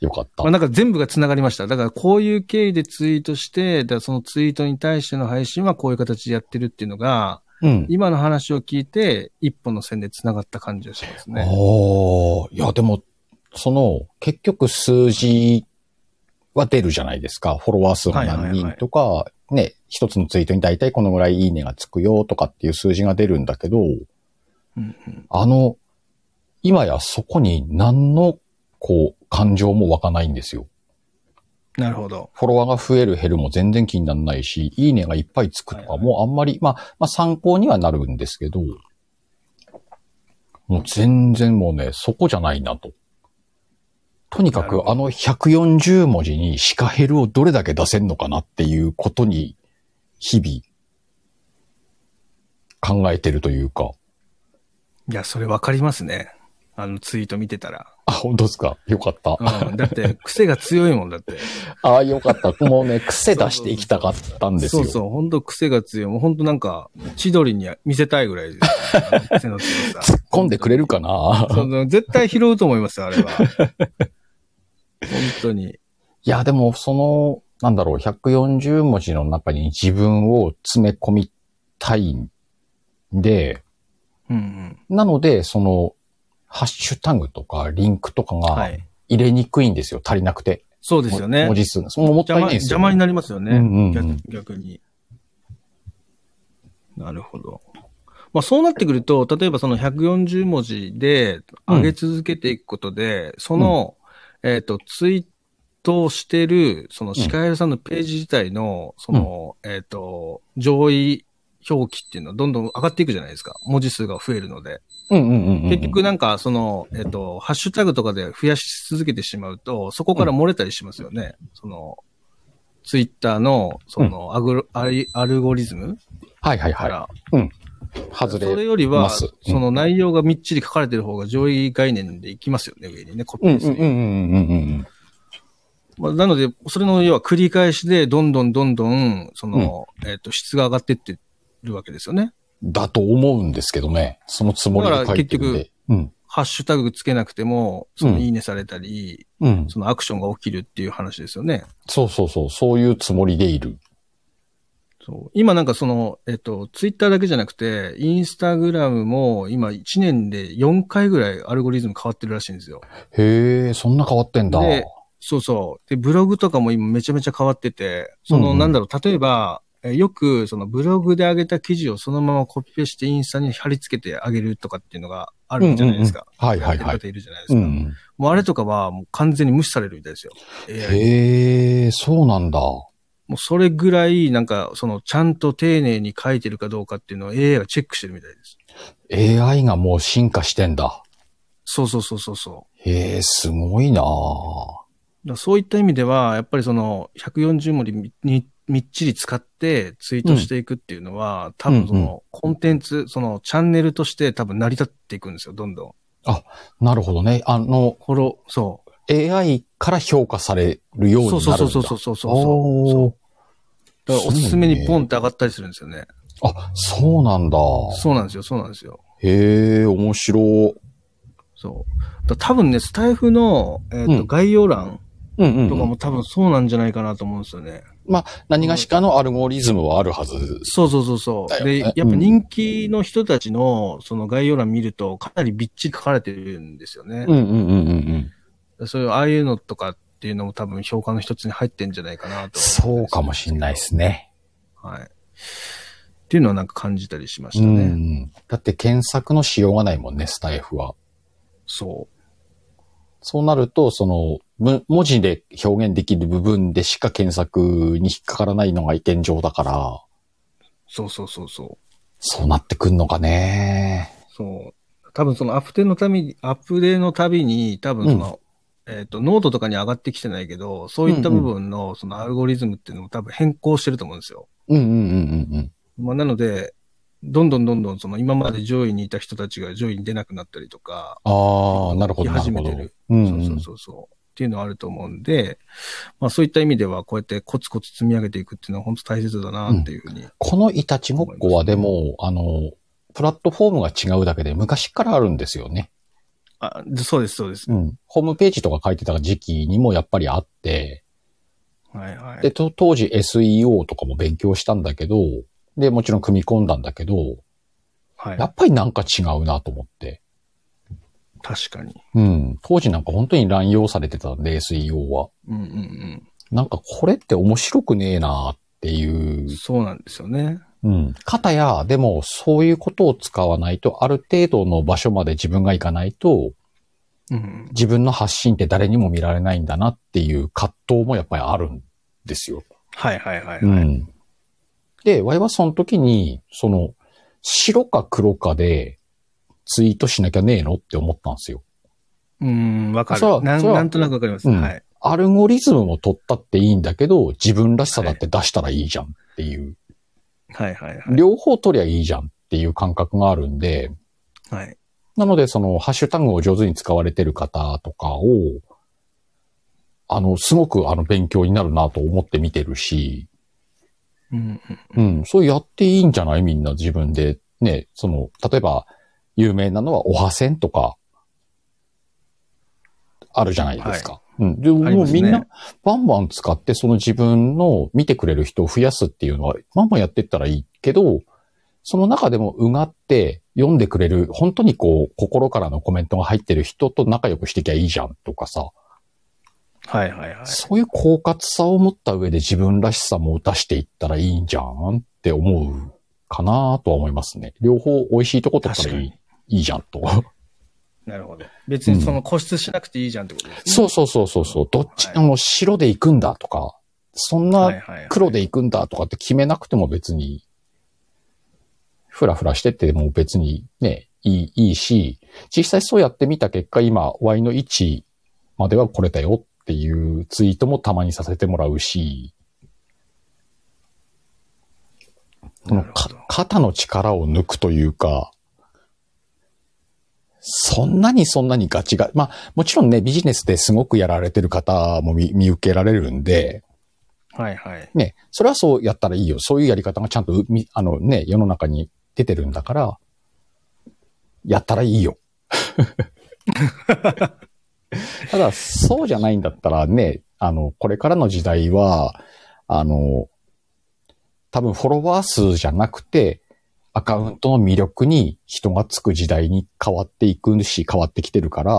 [SPEAKER 1] よかった
[SPEAKER 2] まあ、。なんか全部が繋がりました。だからこういう経緯でツイートして、だからそのツイートに対しての配信はこういう形でやってるっていうのが、
[SPEAKER 1] うん。
[SPEAKER 2] 今の話を聞いて、一本の線で繋がった感じがしますね。
[SPEAKER 1] おー、いやでも、その、結局数字は出るじゃないですか。フォロワー数が何人とか、ね、一つのツイートに大体このぐらいいいねがつくよとかっていう数字が出るんだけど、
[SPEAKER 2] うんうん
[SPEAKER 1] あの、今やそこに何の、こう、感情も湧かないんですよ。
[SPEAKER 2] なるほど。
[SPEAKER 1] フォロワーが増える減るも全然気にならないし、いいねがいっぱいつくと
[SPEAKER 2] はい
[SPEAKER 1] か
[SPEAKER 2] はい
[SPEAKER 1] もうあんまり、まあ、まあ参考にはなるんですけど、もう全然もうね、そこじゃないなと。とにか
[SPEAKER 2] なるほ
[SPEAKER 1] く
[SPEAKER 2] ど
[SPEAKER 1] あの140文字にシカヘルをどれだけ出せんのかなっていうことに日々考えてるというか、
[SPEAKER 2] いや、それわかりますね。あのツイート見てたら。
[SPEAKER 1] あ、本当ですかよかった。
[SPEAKER 2] うん、だって、癖が強いもんだって。
[SPEAKER 1] ああ、よかった。もうね、癖出していきたかったんです
[SPEAKER 2] そ
[SPEAKER 1] よ。
[SPEAKER 2] うそう、本当癖が強い。もう本当なんか、千鳥に見せたいぐらいです。あ の癖の強さ。
[SPEAKER 1] 突っ込んでくれるかな
[SPEAKER 2] その絶対拾うと思いますよ、あれは。本当に。
[SPEAKER 1] いや、でも、その、なんだろう、140文字の中に自分を詰め込みたいんで、
[SPEAKER 2] うんうん。
[SPEAKER 1] なので、その、ハッシュタグとかリンクとか
[SPEAKER 2] は
[SPEAKER 1] が
[SPEAKER 2] い。
[SPEAKER 1] 入れにくいんですよ、足りなくて。
[SPEAKER 2] そうですよね。
[SPEAKER 1] 文字数が。そのもったい
[SPEAKER 2] 邪
[SPEAKER 1] な
[SPEAKER 2] 魔
[SPEAKER 1] いです
[SPEAKER 2] 邪
[SPEAKER 1] よ、
[SPEAKER 2] 魔になりますよね、
[SPEAKER 1] うんうんうん
[SPEAKER 2] 逆。逆に。なるほど。まあそうなってくると、例えばその140文字で上げ続けていくことで、その、えっ、と、ツイートをしてる、そのシカエルさんのページ自体の、その、えっ、と、上位表記っていうのはどんどん上がっていくじゃないですか。文字数が増えるので。
[SPEAKER 1] うんうんうんうん。
[SPEAKER 2] 結局、なんか、その、えっと、ハッシュタグとかで増やし続けてしまうと、そこから漏れたりしますよね。その、ツイッターの、その、アグロアリアルゴリズム
[SPEAKER 1] はいはい
[SPEAKER 2] か
[SPEAKER 1] は
[SPEAKER 2] ら、
[SPEAKER 1] い。外
[SPEAKER 2] それ
[SPEAKER 1] れ。
[SPEAKER 2] より
[SPEAKER 1] ま
[SPEAKER 2] は、
[SPEAKER 1] す
[SPEAKER 2] そ
[SPEAKER 1] うん
[SPEAKER 2] の内容がみっちり書かれてる方が上位概念でいきますよね、上にね、コピ
[SPEAKER 1] うん
[SPEAKER 2] ー
[SPEAKER 1] うん
[SPEAKER 2] です
[SPEAKER 1] う
[SPEAKER 2] ね
[SPEAKER 1] んうんうんうん。
[SPEAKER 2] まあ、なので、それの要は繰り返しで、どんどんどんどん、その、えっと、質が上がってってるわけですよね。
[SPEAKER 1] だと思うんですけどね。そのつもりで書いてるん
[SPEAKER 2] だから
[SPEAKER 1] で。うん。
[SPEAKER 2] ハッシュタグつけなくても、その、
[SPEAKER 1] うん
[SPEAKER 2] いいねされたり、
[SPEAKER 1] うん。
[SPEAKER 2] そのアクションが起きるっていう話ですよね。
[SPEAKER 1] そうそうそう。そういうつもりでいる。
[SPEAKER 2] そう。今なんかその、えっと、ツイッターだけじゃなくて、インスタグラムも今1年で4回ぐらいアルゴリズム変わってるらしいんですよ。
[SPEAKER 1] へえ、そんな変わってんだ。
[SPEAKER 2] でそうそう。で、ブログとかも今めちゃめちゃ変わってて、そ
[SPEAKER 1] うん
[SPEAKER 2] の、
[SPEAKER 1] うん
[SPEAKER 2] なんだろう、例えば、えよくそのブログで上げた記事をそのままコピペしてインスタに貼り付けてあげるとかっていうのがあるじゃないですか。
[SPEAKER 1] うんうんうんはいはいはい
[SPEAKER 2] やってる方いるじゃないです
[SPEAKER 1] う
[SPEAKER 2] か。
[SPEAKER 1] ん。
[SPEAKER 2] もうあれとかはもう完全に無視されるみたいですよ。AI に
[SPEAKER 1] へえ、そうなんだ。
[SPEAKER 2] もうそれぐらい、なんか、その、ちゃんと丁寧に書いてるかどうかっていうのを AI がチェックしてるみたいです。
[SPEAKER 1] AI がもう進化してんだ。
[SPEAKER 2] そうそうそうそうそう。
[SPEAKER 1] へえ、すごいな
[SPEAKER 2] だからそういった意味では、やっぱりその140文字みにみっちり使ってツイートしていくっていうのは、多分そ
[SPEAKER 1] うんう
[SPEAKER 2] のコンテンツ、そのチャンネルとして多分成り立っていくんですよ、どんどん。
[SPEAKER 1] なるほどね。あの、
[SPEAKER 2] フォロー、そ
[SPEAKER 1] AI から評価される
[SPEAKER 2] う。
[SPEAKER 1] ようになる
[SPEAKER 2] そうん
[SPEAKER 1] だ。
[SPEAKER 2] そうそうそうそうそうそう。
[SPEAKER 1] おー
[SPEAKER 2] だからおすすめにポンって上がったりするんですよね。
[SPEAKER 1] あ、そうなんだ。
[SPEAKER 2] そうなんですよ、そうなんですよ。
[SPEAKER 1] へえ、面白。
[SPEAKER 2] そう。だ多分ね、スタイフの、えーと
[SPEAKER 1] うん
[SPEAKER 2] 概要欄
[SPEAKER 1] うんうん、
[SPEAKER 2] とかも多分そうなんじゃないかなと思うんですよね。
[SPEAKER 1] 何がしかのアルゴリズムはあるはず。
[SPEAKER 2] そうそうそうそ
[SPEAKER 1] だ
[SPEAKER 2] う。
[SPEAKER 1] よ
[SPEAKER 2] で、
[SPEAKER 1] ね
[SPEAKER 2] やっぱ人気の人たちのその概要欄見るとかなりびっちり書かれてるんですよね。
[SPEAKER 1] うんうんうんうんうん。
[SPEAKER 2] そういう、ああいうのとかっていうのも多分評価の一つに入ってんじゃないかなと。
[SPEAKER 1] そうかもしんないですね。
[SPEAKER 2] はい。っていうのはなんか感じたりしまし
[SPEAKER 1] う
[SPEAKER 2] た
[SPEAKER 1] ん
[SPEAKER 2] ね。
[SPEAKER 1] うん。だって検索のしようがないもんね、スタイフは。
[SPEAKER 2] そ
[SPEAKER 1] そうなると、その、む文字で表現できる部分でしか検索に引っかからないのが現状だから、
[SPEAKER 2] う。そうそうそうそ
[SPEAKER 1] そうなってくんのかね。
[SPEAKER 2] う。そう。多分そのアップデートのために、アップデートのたびに、多分その、えっ、と、ノートとかに上がってきてないけど、そういった部分の、そのアルゴリズムっていうのも多分変更してると思うんですよ。
[SPEAKER 1] うんうんうんうん
[SPEAKER 2] まあ、なので、どんどんどんどんその今まで上位にいた人たちが上位に出なくなったりとか、
[SPEAKER 1] うん。ああ、なるほど、なるほど
[SPEAKER 2] 始めてる。
[SPEAKER 1] うん
[SPEAKER 2] そう
[SPEAKER 1] う
[SPEAKER 2] そ
[SPEAKER 1] ん
[SPEAKER 2] うそうそう。っていうのはあると思うんで、まあそういった意味ではこうやってコツコツ積み上げていくっていうのは本当大切だなっていうふうに。
[SPEAKER 1] このいたちごっこはでも、あの、プラットフォームが違うだけで昔からあるんですよね。
[SPEAKER 2] あ、そうです、そうです。
[SPEAKER 1] うん。ホームページとか書いてた時期にもやっぱりあって、
[SPEAKER 2] はいは
[SPEAKER 1] で、
[SPEAKER 2] い。
[SPEAKER 1] と当時 SEO とかも勉強したんだけど、で、もちろん組み込んだんだけど、
[SPEAKER 2] はい
[SPEAKER 1] や。っぱりなんか違うなと思って。
[SPEAKER 2] 確かに。
[SPEAKER 1] うん。当時なんか本当に乱用されてたんで、SEO は。
[SPEAKER 2] うんうん
[SPEAKER 1] なんかこれって面白くねえなっていう
[SPEAKER 2] うん。そうなんですよね。
[SPEAKER 1] うん。かたや、でも、そういうことを使わないと、ある程度の場所まで自分が行かないと、
[SPEAKER 2] うん。
[SPEAKER 1] 自分の発信って誰にも見られないんだなっていう葛藤もやっぱりあるんですよ。
[SPEAKER 2] はいはいはい、はい
[SPEAKER 1] うん。で、ワイはその時に、その、白か黒かで、ツイートしなきゃねえのって思ったんですよ。
[SPEAKER 2] うん、わかる
[SPEAKER 1] そう
[SPEAKER 2] なん。
[SPEAKER 1] そう
[SPEAKER 2] なんとなくわかります。
[SPEAKER 1] うん
[SPEAKER 2] はい。
[SPEAKER 1] アルゴリズムも取ったっていいんだけど、自分らしさだって出したらいいじゃんっていう。
[SPEAKER 2] はいはいはい。
[SPEAKER 1] 両方取りゃいいじゃんっていう感覚があるんで、
[SPEAKER 2] はい。
[SPEAKER 1] なので、その、ハッシュタグを上手に使われてる方とかを、あの、すごく、あの、勉強になるなと思って見てるし、
[SPEAKER 2] うんうん。
[SPEAKER 1] うん、そうやっていいんじゃないみんな自分で。ね、その、例えば、有名なのは、おはせんとか、あるじゃないですか。うん。で、
[SPEAKER 2] あり
[SPEAKER 1] も
[SPEAKER 2] ま
[SPEAKER 1] う
[SPEAKER 2] す
[SPEAKER 1] み
[SPEAKER 2] ね
[SPEAKER 1] んな、バンバン使って、その自分の見てくれる人を増やすっていうのは、バンバンやってったらいいけど、その中でもうがって読んでくれる、本当にこう、心からのコメントが入ってる人と仲良くしてきゃいいじゃんとかさ、
[SPEAKER 2] はいはいはい。
[SPEAKER 1] そういう狡猾さを持った上で自分らしさも出していったらいいんじゃんって思うかなとは思いますね。両方美味しいとこ取ったらいい
[SPEAKER 2] 確
[SPEAKER 1] いいじゃんと。
[SPEAKER 2] なるほど。別にその固執しなくていいじゃんってことですね。
[SPEAKER 1] そうそうそうそうそう。どっち、あの、白で行くんだとか、そん
[SPEAKER 2] はい
[SPEAKER 1] な
[SPEAKER 2] はいはい。
[SPEAKER 1] 黒で行くんだとかって決めなくても別に、ふらふらしてても別にね、いい、いいし、実際そうやってみた結果、今、Y の位置まではこれだよっていうツイートもたまにさせてもらうし、この
[SPEAKER 2] なる
[SPEAKER 1] か
[SPEAKER 2] ほど
[SPEAKER 1] 肩の力を抜くというか、そんなにそんなにガチが、まあ、もちろんね、ビジネスですごくやられてる方も見見受けられるんで、
[SPEAKER 2] はいはい。
[SPEAKER 1] ね、それはそうやったらいいよ。そういうやり方がちゃんとう、みあのね、世の中に出てるんだから、やったらいいよ。 ただ、そうじゃないんだったらね、あの、これからの時代は、あの、多分フォロワー数じゃなくて、アカウントの魅力に人がつく時代に変わっていくし、変わってきてるから、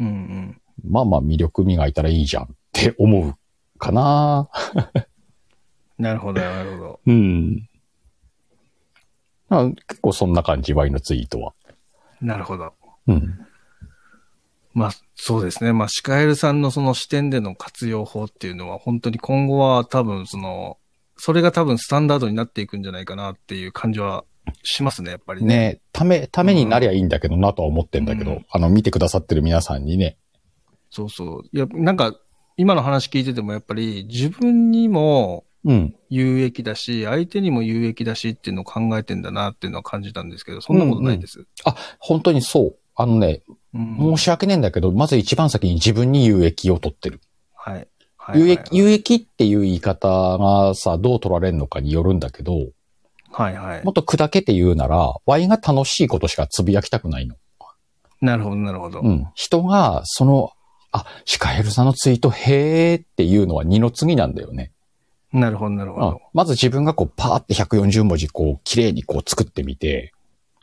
[SPEAKER 2] うんうん。
[SPEAKER 1] まあまあ魅力磨いたらいいじゃんって思うかな。
[SPEAKER 2] なるほど、なるほど。
[SPEAKER 1] うん。あ結構そんな感じ、ワイのツイートは。
[SPEAKER 2] なるほど。
[SPEAKER 1] うん。
[SPEAKER 2] まあ、そうですね。まあ、シカエルさんのその視点での活用法っていうのは、本当に今後は多分その、それが多分スタンダードになっていくんじゃないかなっていう感じはしますね、やっぱりね。
[SPEAKER 1] ねため、ためになりゃいいんだけどなとは思ってんだけど、
[SPEAKER 2] うん
[SPEAKER 1] あの、見てくださってる皆さんにね。
[SPEAKER 2] そうそう。いや、なんか、今の話聞いててもやっぱり自分にも
[SPEAKER 1] うん。
[SPEAKER 2] 有益だし、相手にも有益だしっていうのを考えてんだなっていうのは感じたんですけど、そんなことないです。
[SPEAKER 1] 本当にそう。あのね、
[SPEAKER 2] うん
[SPEAKER 1] 申し訳ねえんだけど、まず一番先に自分に有益を取ってる。
[SPEAKER 2] はい。はい
[SPEAKER 1] 有
[SPEAKER 2] はい
[SPEAKER 1] 益、有益っていう言い方がさ、どう取られるのかによるんだけど、
[SPEAKER 2] はいはい
[SPEAKER 1] もっ。と砕けて言うなら、ワイが楽しいことしかつぶやきたくないの。
[SPEAKER 2] なるほど、なるほど。
[SPEAKER 1] うん。人が、その、あ、シカヘルさんのツイート、へーっていうのは二の次なんだよね。
[SPEAKER 2] なるほど、なるほ
[SPEAKER 1] うん
[SPEAKER 2] ど。、
[SPEAKER 1] まず自分がこう、パーって140文字、こう、綺麗にこう作ってみて、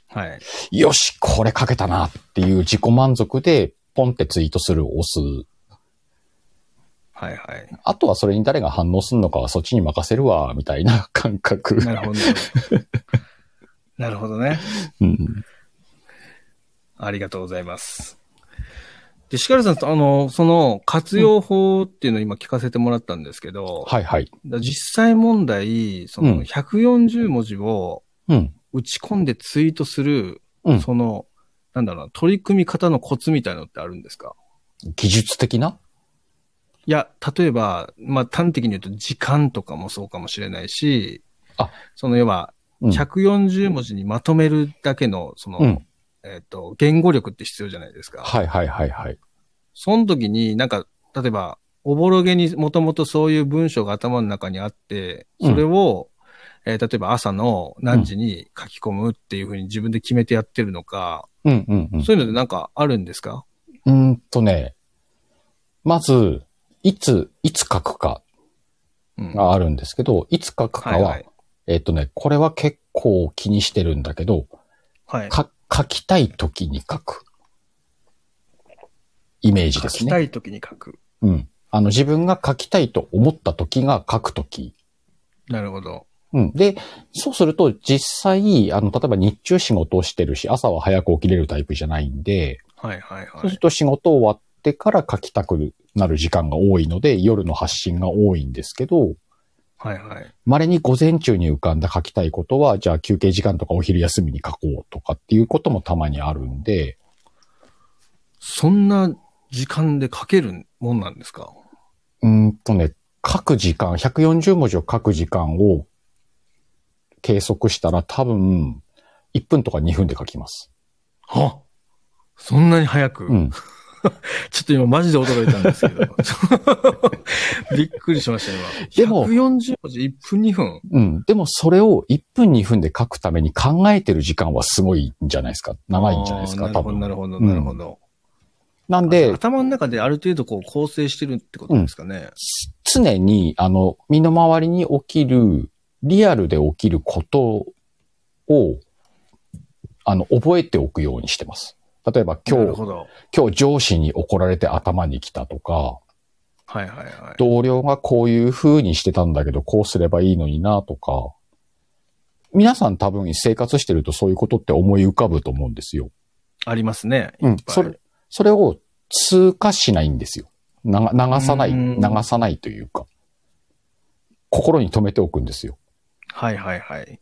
[SPEAKER 2] はい。
[SPEAKER 1] よし、これ書けたなっていう自己満足で、ポンってツイートする、押す。
[SPEAKER 2] はいはい。
[SPEAKER 1] あとはそれに誰が反応するのかはそっちに任せるわ、みたいな感覚。
[SPEAKER 2] なるほど。 なるほどね。
[SPEAKER 1] うん。
[SPEAKER 2] ありがとうございます。で、シカルさん、あの、その活用法っていうのを今聞かせてもらったんですけど、
[SPEAKER 1] はいはい。
[SPEAKER 2] だ実際問題、そ
[SPEAKER 1] うん
[SPEAKER 2] の140文字を
[SPEAKER 1] うん。
[SPEAKER 2] 打ち込んでツイートする、
[SPEAKER 1] うん
[SPEAKER 2] その、なんだろうな、取り組み方のコツみたいのってあるんですか
[SPEAKER 1] 技術的ない
[SPEAKER 2] や、例えば、まあ、端的に言うと時間とかもそうかもしれないし、
[SPEAKER 1] あ
[SPEAKER 2] その要は、
[SPEAKER 1] うん。
[SPEAKER 2] 140文字にまとめるだけの、その、
[SPEAKER 1] うん。
[SPEAKER 2] えっ、と、言語力って必要じゃないですか。
[SPEAKER 1] はいはいはいはい。
[SPEAKER 2] その時になんか、例えば、おぼろげにもともとそういう文章が頭の中にあって、それを、えー例えば朝の何時に書き込むっていうふうに自分で決めてやってるのか、
[SPEAKER 1] うんうんうん。
[SPEAKER 2] そういうのでなんかあるんですか
[SPEAKER 1] うーんとね、まず、いつ、いつ書くか
[SPEAKER 2] うん。
[SPEAKER 1] があるんですけど、いつ書くかは、
[SPEAKER 2] はいはい。
[SPEAKER 1] えっ、とね、これは結構気にしてるんだけど、
[SPEAKER 2] はい。
[SPEAKER 1] か書きたい時に書く。イメージ
[SPEAKER 2] 書
[SPEAKER 1] です
[SPEAKER 2] きた
[SPEAKER 1] ね。
[SPEAKER 2] い時に書く。
[SPEAKER 1] うん。あの、自分が書きたいと思った時が書く時。
[SPEAKER 2] なるほど。
[SPEAKER 1] うん。で、そうすると実際、あの、例えば日中仕事をしてるし、朝は早く起きれるタイプじゃないんで、
[SPEAKER 2] はいはい
[SPEAKER 1] そう
[SPEAKER 2] は
[SPEAKER 1] する
[SPEAKER 2] い。
[SPEAKER 1] と仕事終わってから書きたくなる時間が多いので、夜の発信が多いんですけど、
[SPEAKER 2] はいはい。
[SPEAKER 1] 稀に午前中に浮かんだ書きたいことは、じゃあ休憩時間とかお昼休みに書こうとかっていうこともたまにあるんで、
[SPEAKER 2] そんな時間で書けるもんなんですか
[SPEAKER 1] うーんとね、書く時間、140文字を書く時間を計測したら多分、1分とか2分で書きます。
[SPEAKER 2] はそんなに早く、
[SPEAKER 1] うん。
[SPEAKER 2] ちょっと今マジで驚いたんです けど。びっくりしました、
[SPEAKER 1] で
[SPEAKER 2] 今。
[SPEAKER 1] も
[SPEAKER 2] 140文字1分2分。
[SPEAKER 1] うん。でもそれを1分2分で書くために考えてる時間はすごいんじゃないですか。長いんじゃないです
[SPEAKER 2] あ
[SPEAKER 1] か、
[SPEAKER 2] ー
[SPEAKER 1] 多
[SPEAKER 2] な
[SPEAKER 1] 分。
[SPEAKER 2] るほど、
[SPEAKER 1] うん
[SPEAKER 2] なるほど、なるほど。
[SPEAKER 1] なんで、
[SPEAKER 2] 頭の中である程度こう構成してるってことですかね。
[SPEAKER 1] 常に、あの、身の回りに起きる、リアルで起きることを、あの、覚えておくようにしてます。例えば今
[SPEAKER 2] なる
[SPEAKER 1] 日、
[SPEAKER 2] ほど。
[SPEAKER 1] 今日上司に怒られて頭に来たとか、
[SPEAKER 2] はいはいはい。
[SPEAKER 1] 同僚がこういう風にしてたんだけど、こうすればいいのになとか、皆さん多分生活してるとそういうことって思い浮かぶと思うんですよ。
[SPEAKER 2] ありますね。
[SPEAKER 1] うん
[SPEAKER 2] いっぱい
[SPEAKER 1] それ、それを通過しないんですよ。なが流さない、
[SPEAKER 2] うん
[SPEAKER 1] 流さないというか、心に留めておくんですよ。
[SPEAKER 2] はいはいはい。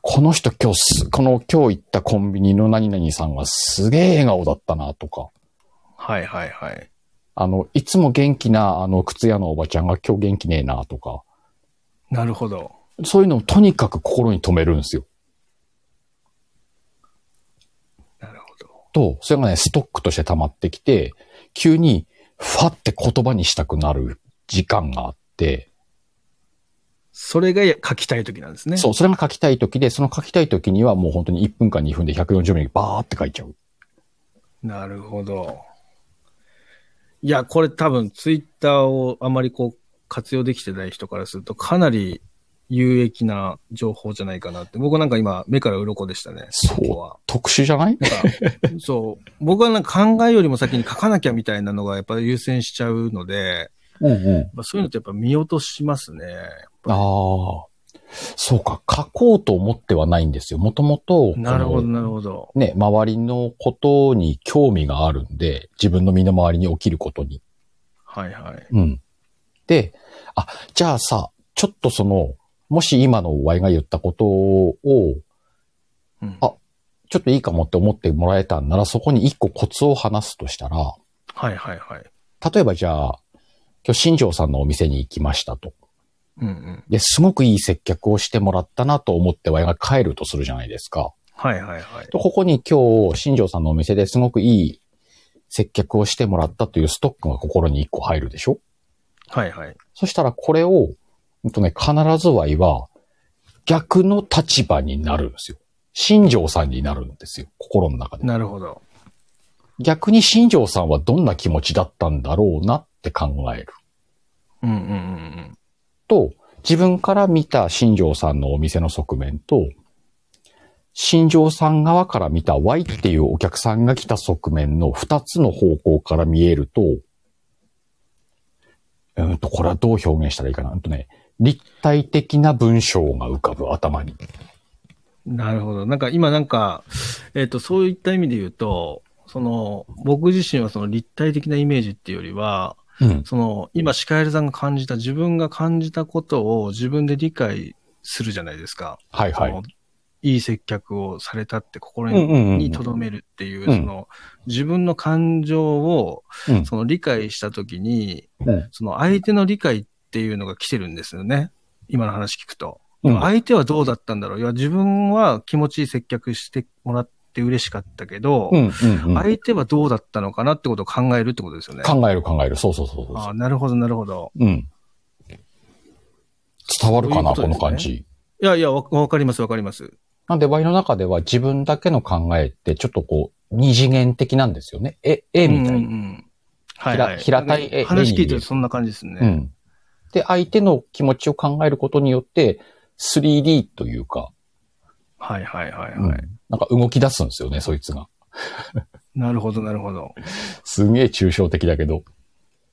[SPEAKER 1] この人今日す、この今日行ったコンビニの何々さんはすげえ笑顔だったなとか、
[SPEAKER 2] はいはいはい。
[SPEAKER 1] あの、いつも元気なあの靴屋のおばちゃんが今日元気ねえなとか、
[SPEAKER 2] なるほど。
[SPEAKER 1] そういうのをとにかく心に留めるんですよ。
[SPEAKER 2] なるほど。
[SPEAKER 1] と、それがね、ストックとして溜まってきて、急に、ファって言葉にしたくなる時間があって、
[SPEAKER 2] それが書きたい時なんですね。
[SPEAKER 1] そう、それが書きたい時で、その書きたい時にはもう本当に1分か2分で140ミリバーって書いちゃう。
[SPEAKER 2] なるほど。いや、これ多分ツイッターをあまりこう活用できてない人からするとかなり有益な情報じゃないかなって。僕なんか今目から鱗でしたね。
[SPEAKER 1] そう
[SPEAKER 2] ここは
[SPEAKER 1] 特殊じゃない
[SPEAKER 2] なんかそう。僕はなんか考えよりも先に書かなきゃみたいなのがやっぱ優先しちゃうので、
[SPEAKER 1] うんうん。
[SPEAKER 2] まあ、そういうのってやっぱ見落としますね。
[SPEAKER 1] ああ。そうか、書こうと思ってはないんですよ。もともと、
[SPEAKER 2] なるほ
[SPEAKER 1] こ
[SPEAKER 2] ど、
[SPEAKER 1] の
[SPEAKER 2] なるほど。
[SPEAKER 1] ね、周りのことに興味があるんで、自分の身の回りに起きることに。
[SPEAKER 2] はいはい。
[SPEAKER 1] うん。で、あ、じゃあさ、ちょっとその、もし今のワイが言ったことを、
[SPEAKER 2] うん
[SPEAKER 1] あちょっといいかもって思ってもらえたんなら、そこに一個コツを話すとしたら、
[SPEAKER 2] はいはいはい。
[SPEAKER 1] 例えばじゃあ、今日新庄さんのお店に行きましたと。
[SPEAKER 2] うんうん。
[SPEAKER 1] で、すごくいい接客をしてもらったなと思ってワイが帰るとするじゃないですか。
[SPEAKER 2] はいはいはい。
[SPEAKER 1] と、ここに今日新庄さんのお店ですごくいい接客をしてもらったというストックが心に一個入るでしょ
[SPEAKER 2] はいはい。
[SPEAKER 1] そしたらこれを、うんとね、必ずわいは逆の立場になるんですよ。新庄さんになるんですよ。心の中で。
[SPEAKER 2] なるほど。
[SPEAKER 1] 逆に新庄さんはどんな気持ちだったんだろうなって考える
[SPEAKER 2] うんうんうん
[SPEAKER 1] と、自分から見た新庄さんのお店の側面と、新庄さん側から見た Y っていうお客さんが来た側面の2つの方向から見えると、うーんと、これはどう表現したらいいかな。うんとね、立体的な文章が浮かぶ頭に。
[SPEAKER 2] うん。なるほど。なんか今なんか、えっ、と、そういった意味で言うと、その、僕自身はその立体的なイメージっていうよりは、
[SPEAKER 1] うん。
[SPEAKER 2] その、今、シカエルさんが感じた、自分が感じたことを自分で理解するじゃないですか。
[SPEAKER 1] はいは
[SPEAKER 2] その
[SPEAKER 1] い。
[SPEAKER 2] いい接客をされたって心
[SPEAKER 1] うんうんうん
[SPEAKER 2] に留めるっていう、
[SPEAKER 1] うん
[SPEAKER 2] その、自分の感情を、
[SPEAKER 1] うん
[SPEAKER 2] その理解したときに、
[SPEAKER 1] うん
[SPEAKER 2] その相手の理解っていうのが来てるんですよね。今の話聞くと。
[SPEAKER 1] うん
[SPEAKER 2] 相手はどうだったんだろういや、自分は気持ちいい接客してもらって嬉しかったけど、
[SPEAKER 1] うんうんうん
[SPEAKER 2] 相手はどうだったのかなってことを考えるってことですよね。
[SPEAKER 1] 考える考える。そうそうそうそう
[SPEAKER 2] ああ、なるほど、なるほど。
[SPEAKER 1] うん。伝わるかな、
[SPEAKER 2] そ
[SPEAKER 1] こ
[SPEAKER 2] うい
[SPEAKER 1] の
[SPEAKER 2] うことですね
[SPEAKER 1] 感じ。
[SPEAKER 2] いやいや、わわかります、わかります。
[SPEAKER 1] なんで、ワイの中では自分だけの考えって、ちょっとこう、二次元的なんですよね。え、絵みたい
[SPEAKER 2] うんう
[SPEAKER 1] に。
[SPEAKER 2] んうんはい、はい。
[SPEAKER 1] 平平たい絵
[SPEAKER 2] なんか話
[SPEAKER 1] 絵に見
[SPEAKER 2] 聞
[SPEAKER 1] え
[SPEAKER 2] い
[SPEAKER 1] る
[SPEAKER 2] てるとそんな感じですね。
[SPEAKER 1] うん。で、相手の気持ちを考えることによって、3D というか、
[SPEAKER 2] はいはいはいはい。
[SPEAKER 1] うんなんか動き出すんですよね、そいつが。
[SPEAKER 2] なるほど、なるほど。
[SPEAKER 1] すげえ抽象的だけど。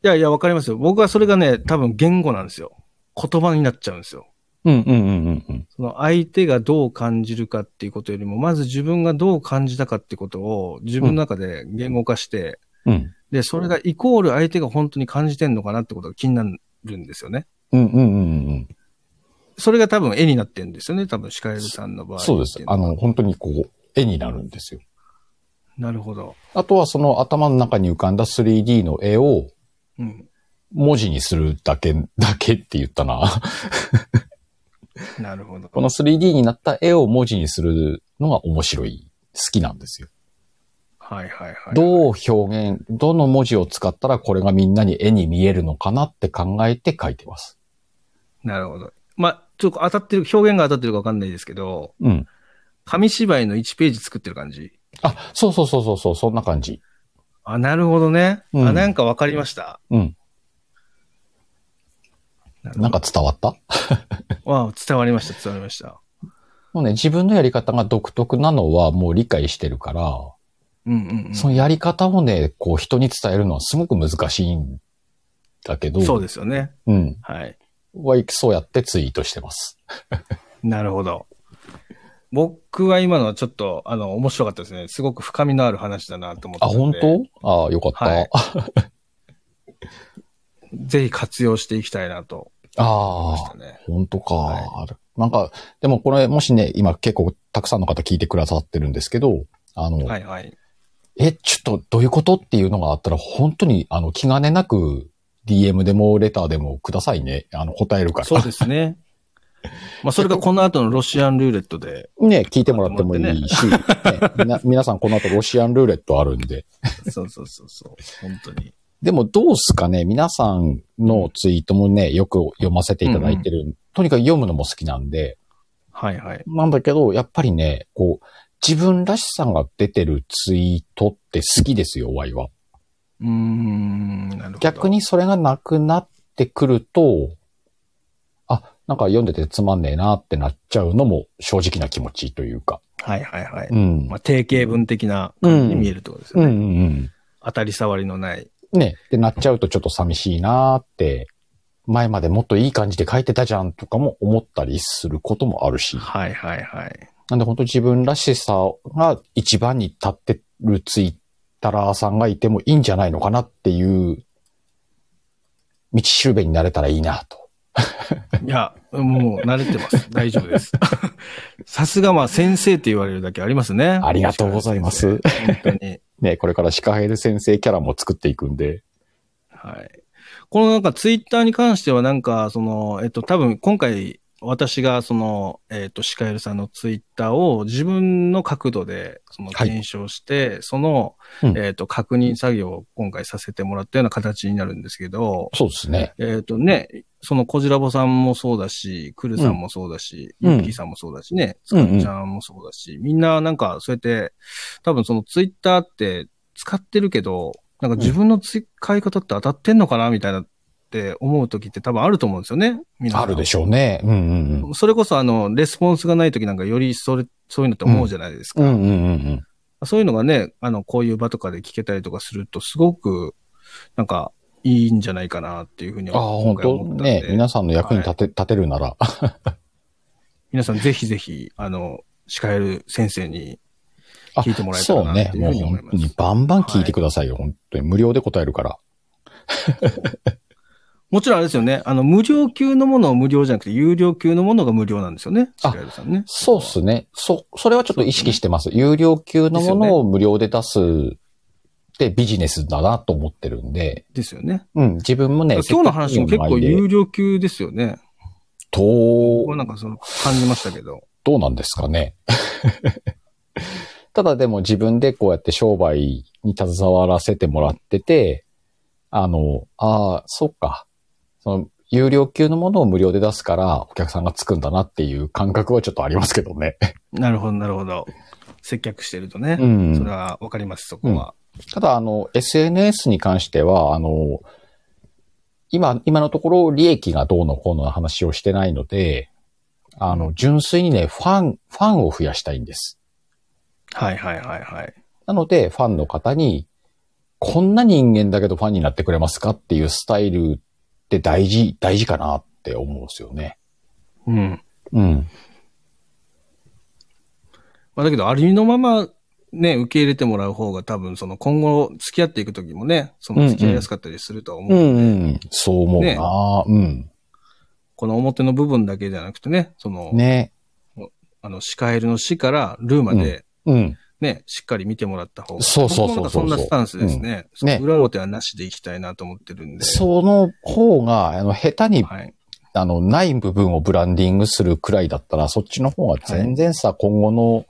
[SPEAKER 2] いやいや、わかりますよ。僕はそれがね、多分言語なんですよ。言葉になっちゃうんですよ。
[SPEAKER 1] うんうんうんうんうん。
[SPEAKER 2] その相手がどう感じるかっていうことよりも、まず自分がどう感じたかってことを自分の中で言語化して、
[SPEAKER 1] うん。
[SPEAKER 2] で、それがイコール相手が本当に感じてんのかなってことが気になるんですよね。
[SPEAKER 1] うんうんうんうん。
[SPEAKER 2] それが多分絵になってるんですよね。多分、シカエルさんの場合ってい
[SPEAKER 1] そうで
[SPEAKER 2] のは。
[SPEAKER 1] す。あの、本当にこう、絵になるんですよ。
[SPEAKER 2] なるほど。
[SPEAKER 1] あとはその頭の中に浮かんだ 3D の絵を
[SPEAKER 2] うん。
[SPEAKER 1] 文字にするだけ、だけって言ったな。
[SPEAKER 2] なるほど。
[SPEAKER 1] この 3D になった絵を文字にするのが面白い。好きなんですよ。
[SPEAKER 2] はいはいはいはい。
[SPEAKER 1] どう表現、どの文字を使ったらこれがみんなに絵に見えるのかなって考えて書いてます。
[SPEAKER 2] なるほど。まあ、ちょっと当たってる、表現が当たってるか分かんないですけど、
[SPEAKER 1] うん。
[SPEAKER 2] 紙芝居の1ページ作ってる感じ。
[SPEAKER 1] あ、そうそうそうそうそう、そんな感じ。
[SPEAKER 2] あ、なるほどね。
[SPEAKER 1] うん
[SPEAKER 2] あ、なんか分かりました。
[SPEAKER 1] うん。
[SPEAKER 2] なるほど
[SPEAKER 1] なんか伝わった
[SPEAKER 2] わあ伝わりました、伝わりました。
[SPEAKER 1] もうね、自分のやり方が独特なのはもう理解してるから、
[SPEAKER 2] うんうん、うん。
[SPEAKER 1] そ
[SPEAKER 2] そ
[SPEAKER 1] のやり方をね、こう人に伝えるのはすごく難しいんだけど、
[SPEAKER 2] うですよね。
[SPEAKER 1] うん。
[SPEAKER 2] はい。
[SPEAKER 1] は、そうやってツイートしてます。
[SPEAKER 2] なるほど。僕は今のはちょっと、あの、面白かったですね。すごく深みのある話だなと思って
[SPEAKER 1] あ、
[SPEAKER 2] たん
[SPEAKER 1] 本
[SPEAKER 2] で。
[SPEAKER 1] 当あよかった。
[SPEAKER 2] はい
[SPEAKER 1] あ
[SPEAKER 2] ぜひ活用していきたいなと思
[SPEAKER 1] あ
[SPEAKER 2] いま
[SPEAKER 1] ー
[SPEAKER 2] し、たね。
[SPEAKER 1] 本当か、
[SPEAKER 2] は
[SPEAKER 1] なんか、でもこれ、もしね、今結構たくさんの方聞いてくださってるんですけど、あの、
[SPEAKER 2] はいはい。
[SPEAKER 1] え、ちょっとどういうことっていうのがあったら、本当に、あの、気兼ねなく、DM でもレターでもくださいね。あの、答えるか
[SPEAKER 2] そう
[SPEAKER 1] ら。
[SPEAKER 2] です ね。まあ、それがこの後のロシアンルーレットで、
[SPEAKER 1] ね、聞いてもらってもいいし、ねみ な皆さんこの後ロシアンルーレットあるんで。
[SPEAKER 2] そうそうそうそう。本当に。
[SPEAKER 1] でもどうすかね、皆さんのツイートもね、よく読ませていただいてる。とにかく読むのも好きなんで、
[SPEAKER 2] はいはい。
[SPEAKER 1] なんだけど、やっぱりね、こう、自分らしさが出てるツイートって好きですよ、ワイは。
[SPEAKER 2] うーん、なるほど。
[SPEAKER 1] 逆。にそれがなくなってくると、あ、なんか読んでてつまんねえなってなっちゃうのも正直な気持ちというか。
[SPEAKER 2] はいはいはい。
[SPEAKER 1] うん。
[SPEAKER 2] まあ、定型文的な感じに見えるってことですよ
[SPEAKER 1] うんう
[SPEAKER 2] ね。
[SPEAKER 1] ん
[SPEAKER 2] 当たり障りのない。
[SPEAKER 1] うん。ね。で、なっちゃうとちょっと寂しいなって、前までもっといい感じで書いてたじゃんとかも思ったりすることもあるし。
[SPEAKER 2] はいはいはい。
[SPEAKER 1] なんで本当自分らしさが一番に立ってるツイッターさんがいてもいいんじゃないのかなっていう、道しるべになれたらいいなと。
[SPEAKER 2] いや、もう慣れ てます。大丈夫です。 さすがまあ先生って言われるだけありますね。
[SPEAKER 1] ありがとうございます
[SPEAKER 2] 本当に。
[SPEAKER 1] ね、これからシカヘル先生キャラも作っていくんで。
[SPEAKER 2] はい。このなんかツイッターに関してはなんか、その、えっと、多分今回、私がその、えっ、と、シカエルさんのツイッターを自分の角度で、その
[SPEAKER 1] はい
[SPEAKER 2] 検証して、その、
[SPEAKER 1] うん
[SPEAKER 2] えっ、と、確認作業を今回させてもらったような形になるんですけど、
[SPEAKER 1] そうですね。
[SPEAKER 2] えっ、とね、そのコジラボさんもそうだし、クルさんもそうだし、
[SPEAKER 1] うん
[SPEAKER 2] ユッキーさんもそうだしね、ス
[SPEAKER 1] うんう
[SPEAKER 2] カ
[SPEAKER 1] ん
[SPEAKER 2] ルちゃんもそうだし、みんななんかそうやって、多分そのツイッターって使ってるけど、なんか自分の使い方って当たってんのかなみたいなって思う時って多分あると思うんですよね。皆さん
[SPEAKER 1] あるでしょうね。うんうん
[SPEAKER 2] それこそあの、レスポンスがない時なんかよりそれ、そういうのって思うじゃないです
[SPEAKER 1] う
[SPEAKER 2] か。
[SPEAKER 1] ん。うんうんうんうん。
[SPEAKER 2] そういうのがね、あの、こういう場とかで聞けたりとかすると、すごく、なんか、いいんじゃないかなっていうふうに
[SPEAKER 1] ああ、
[SPEAKER 2] 今
[SPEAKER 1] 本
[SPEAKER 2] 回思ったん
[SPEAKER 1] 当
[SPEAKER 2] で。
[SPEAKER 1] ね、皆さんの役に立て、立てるなら、
[SPEAKER 2] 皆さんぜひぜひ、あの、シカエル先生に
[SPEAKER 1] あ
[SPEAKER 2] 聞いてもらえた
[SPEAKER 1] そ
[SPEAKER 2] ら
[SPEAKER 1] う
[SPEAKER 2] なっ
[SPEAKER 1] ね。
[SPEAKER 2] ていうふ
[SPEAKER 1] も
[SPEAKER 2] う
[SPEAKER 1] う
[SPEAKER 2] に思い
[SPEAKER 1] 本
[SPEAKER 2] ま
[SPEAKER 1] 当
[SPEAKER 2] す。
[SPEAKER 1] にバンバン聞いてくださいよ。本当に無料で答えるから。
[SPEAKER 2] もちろんあれですよね。あの、無料級のものを無料じゃなくて、有料級のものが無料なんですよね。シ
[SPEAKER 1] あ
[SPEAKER 2] カエルさんね。
[SPEAKER 1] そうっすね。そ、それはちょっと意識してます。有料級のものを無料で出すってビジネスだなと思ってるんで、
[SPEAKER 2] ですよね。
[SPEAKER 1] うん、自分もね、
[SPEAKER 2] 今日の話も結構有料級ですよね。ここは
[SPEAKER 1] と、
[SPEAKER 2] なんかその、感じましたけど。
[SPEAKER 1] どうなんですかね。 ただでも自分でこうやって商売に携わらせてもらってて、あの、ああ、そっか。その、有料級のものを無料で出すからお客さんがつくんだなっていう感覚はちょっとありますけどね。
[SPEAKER 2] なるほど、なるほど。接客してると ね。
[SPEAKER 1] うん
[SPEAKER 2] それはわかります、そこは。
[SPEAKER 1] ただ、あの、SNS に関しては、あの、今、今のところ利益がどうのこうの話をしてないので、あの、純粋にね、ファン、ファンを増やしたいんです。
[SPEAKER 2] はいはいはいはい。
[SPEAKER 1] なので、ファンの方に、こんな人間だけどファンになってくれますかっていうスタイルって大事、大事かなって思うんですよね。
[SPEAKER 2] うん。
[SPEAKER 1] うん。
[SPEAKER 2] まあだけど、ありのまま、ね、受け入れてもらう方が多分、その今後付き合っていく時もね、その付き合いやすかったりするとは思う。
[SPEAKER 1] うんうん。そう思うな、
[SPEAKER 2] ね
[SPEAKER 1] うん。
[SPEAKER 2] この表の部分だけじゃなくてね、その、
[SPEAKER 1] ね。
[SPEAKER 2] あの、シカエルの死からルーまで
[SPEAKER 1] うん。
[SPEAKER 2] ね、しっかり見てもらった方が。
[SPEAKER 1] そうそうそうそう
[SPEAKER 2] 僕もなんかそんなスタンスですね。
[SPEAKER 1] うんね
[SPEAKER 2] 裏表はなしでいきたいなと思ってるんで。
[SPEAKER 1] その方が、あの、下手に
[SPEAKER 2] はい。
[SPEAKER 1] あの、ない部分をブランディングするくらいだったら、そっちの方が全然さ、今後の、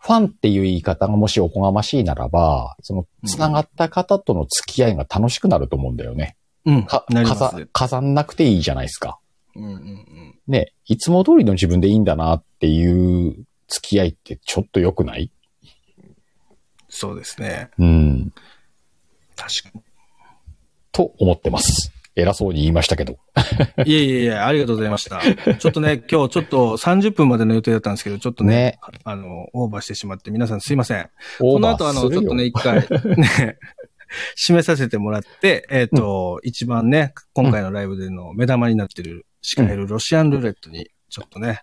[SPEAKER 1] ファンっていう言い方がもしおこがましいならば、その、
[SPEAKER 2] うん
[SPEAKER 1] つながった方との付き合いが楽しくなると思うんだよね。
[SPEAKER 2] うん。
[SPEAKER 1] か、
[SPEAKER 2] なりま
[SPEAKER 1] かざ
[SPEAKER 2] す。
[SPEAKER 1] 飾んなくていいじゃないですか。
[SPEAKER 2] うんうんうん。
[SPEAKER 1] ね、いつも通りの自分でいいんだなっていう付き合いってちょっと良くない
[SPEAKER 2] そうですね。
[SPEAKER 1] うん。
[SPEAKER 2] 確かに。
[SPEAKER 1] と思ってます。偉そうに言いましたけど。
[SPEAKER 2] いえいえいえ、ありがとうございました。ちょっとね、今日ちょっと30分までの予定だったんですけど、ちょっとね、
[SPEAKER 1] ね
[SPEAKER 2] あの、オーバーしてしまって、皆さんすいません。
[SPEAKER 1] オ
[SPEAKER 2] こ
[SPEAKER 1] ー
[SPEAKER 2] の
[SPEAKER 1] バ
[SPEAKER 2] 後、あ
[SPEAKER 1] ー
[SPEAKER 2] の、
[SPEAKER 1] す
[SPEAKER 2] ちょ
[SPEAKER 1] る
[SPEAKER 2] っと
[SPEAKER 1] よ
[SPEAKER 2] ね、一 回、ね、締めさせてもらって、えっ、と、一番ね、今回のライブでの目玉になってる、シカヘルロシアンルーレットに、ちょっとね、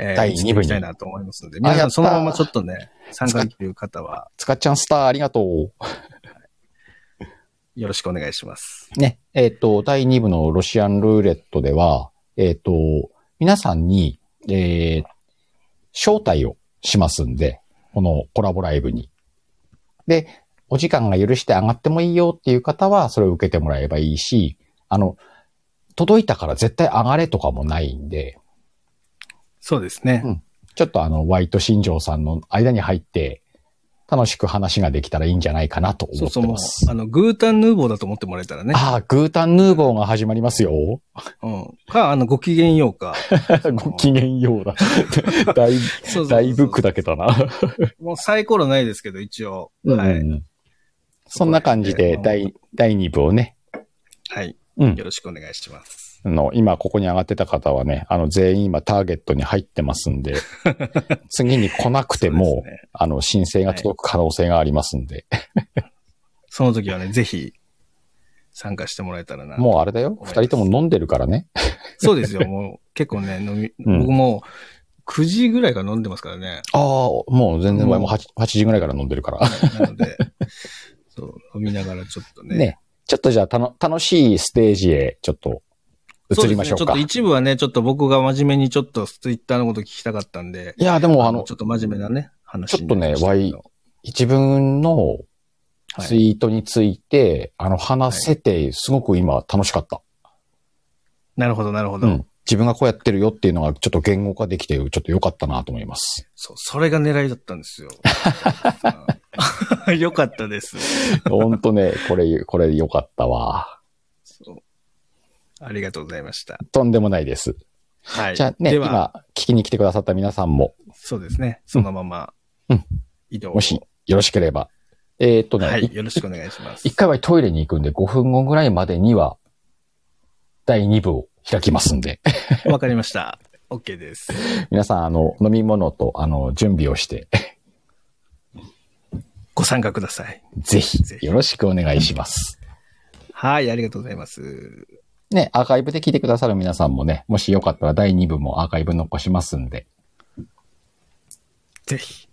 [SPEAKER 2] え
[SPEAKER 1] 第二部に
[SPEAKER 2] 移っていきたいなと思いますので、皆さんそのままちょっとね、参加できる方は、
[SPEAKER 1] つかっちゃんスターありがとう。
[SPEAKER 2] よろしくお願いします。
[SPEAKER 1] ね、えっ、と、第2部のロシアンルーレットでは、えっ、と、皆さんに、えー招待をしますんで、このコラボライブに。で、お時間が許して上がってもいいよっていう方は、それを受けてもらえばいいし、あの、届いたから絶対上がれとかもないんで、
[SPEAKER 2] そうですね。
[SPEAKER 1] ちょっとあの、ワイト新庄さんの間に入って、楽しく話ができたらいいんじゃないかなと思
[SPEAKER 2] そう
[SPEAKER 1] って
[SPEAKER 2] そう、もう
[SPEAKER 1] ます。、
[SPEAKER 2] あの、グータンヌーボーだと思ってもらえたらね。
[SPEAKER 1] ああ、グータンヌーボーが始まりますよ。
[SPEAKER 2] うん。か、あの、ご機嫌よう か。
[SPEAKER 1] ご機嫌よう だ。だい
[SPEAKER 2] そうそうそう
[SPEAKER 1] ぶ、だいぶ砕けたな。
[SPEAKER 2] もうサイコロないですけど、一応。は
[SPEAKER 1] う
[SPEAKER 2] い。
[SPEAKER 1] んそんな感じで、第、第2部をね、
[SPEAKER 2] はい。
[SPEAKER 1] うん
[SPEAKER 2] よろしくお願いします。
[SPEAKER 1] あの、今ここに上がってた方はね、あの、全員今ターゲットに入ってます んで、次に来なくて
[SPEAKER 2] そう
[SPEAKER 1] も、
[SPEAKER 2] ですね
[SPEAKER 1] あの、申請が届く可能性がありますんで、
[SPEAKER 2] その時 はね、ぜひ、参加してもらえたらな。
[SPEAKER 1] もうあれだよ、
[SPEAKER 2] 思いま
[SPEAKER 1] 二
[SPEAKER 2] す
[SPEAKER 1] 人とも飲んでるからね。
[SPEAKER 2] そうですよ、もう、結構ね、飲み、
[SPEAKER 1] うん
[SPEAKER 2] 僕も、9時ぐらいから飲んでますからね。
[SPEAKER 1] ああ、もう全然、
[SPEAKER 2] もう
[SPEAKER 1] もう 8, 8時ぐらいから飲んでるから。
[SPEAKER 2] な ので、そう、飲みながらちょっとね。
[SPEAKER 1] ね、ちょっとじゃあ、たの、楽しいステージへ、ちょっと、移
[SPEAKER 2] そうですね
[SPEAKER 1] りましょう
[SPEAKER 2] ちょっ
[SPEAKER 1] か。
[SPEAKER 2] と一部はね、ちょっと僕が真面目にちょっとツイッターのこと聞きたかったんで、
[SPEAKER 1] いや、でもあの
[SPEAKER 2] ちょ、っと真面目なね、話
[SPEAKER 1] ちょっとね
[SPEAKER 2] になりましたけど
[SPEAKER 1] 自分の
[SPEAKER 2] はい
[SPEAKER 1] ツイートについて、あの、話せて、すごく今楽しかった。
[SPEAKER 2] なるほど、なるほ
[SPEAKER 1] う
[SPEAKER 2] ど。
[SPEAKER 1] ん。自分がこうやってるよっていうのがちょっと言語化できて、ちょっと良かったなと思い ます。
[SPEAKER 2] そう、それが狙いだったんで すよ。 あよかったです。
[SPEAKER 1] ほんとね、これ、これ良かったわ。
[SPEAKER 2] そうありがとうございました。
[SPEAKER 1] とんでもないです。
[SPEAKER 2] はい。
[SPEAKER 1] じゃあね、
[SPEAKER 2] では
[SPEAKER 1] 今、聞きに来てくださった皆さんも、
[SPEAKER 2] そうですね。そのまま
[SPEAKER 1] うん、
[SPEAKER 2] 移動を。
[SPEAKER 1] もしよろしければ、えーっとね、
[SPEAKER 2] はい。
[SPEAKER 1] い
[SPEAKER 2] よろしくお願いします。
[SPEAKER 1] 一回はトイレに行くんで5分後ぐらいまでには、第2部を開きますん で、
[SPEAKER 2] わかりました。OK です。
[SPEAKER 1] 皆さん、あの、飲み物と、あの、準備をして、
[SPEAKER 2] ご参加ください。
[SPEAKER 1] ぜひ
[SPEAKER 2] ぜ、ひ
[SPEAKER 1] よろしくお願いします。
[SPEAKER 2] はい。ありがとうございます。
[SPEAKER 1] ね、アーカイブで聞いてくださる皆さんもね、もしよかったら第2部もアーカイブ残しますんで、
[SPEAKER 2] ぜひ。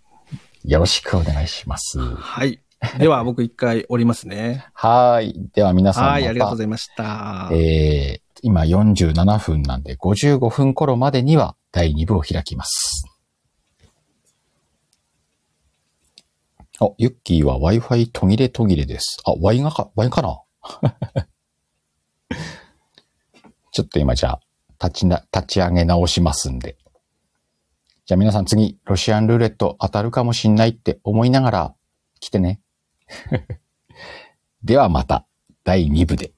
[SPEAKER 1] よろしくお願いします。
[SPEAKER 2] はい。では、僕一回降りま すね。
[SPEAKER 1] はーい。では皆さんまた。
[SPEAKER 2] はい。ありがとうございました。
[SPEAKER 1] えー今47分なんで55分頃までには第2部を開きます。あ、ユッキーは Wi-Fi 途切れ途切れです。あ、ワインがか、ワインかな ちょっと今じゃあ、立ちな、立ち上げ直しますんで。じゃあ皆さん次、ロシアンルーレット当たるかもしんないって思いながら来てね。ではまた、第2部で。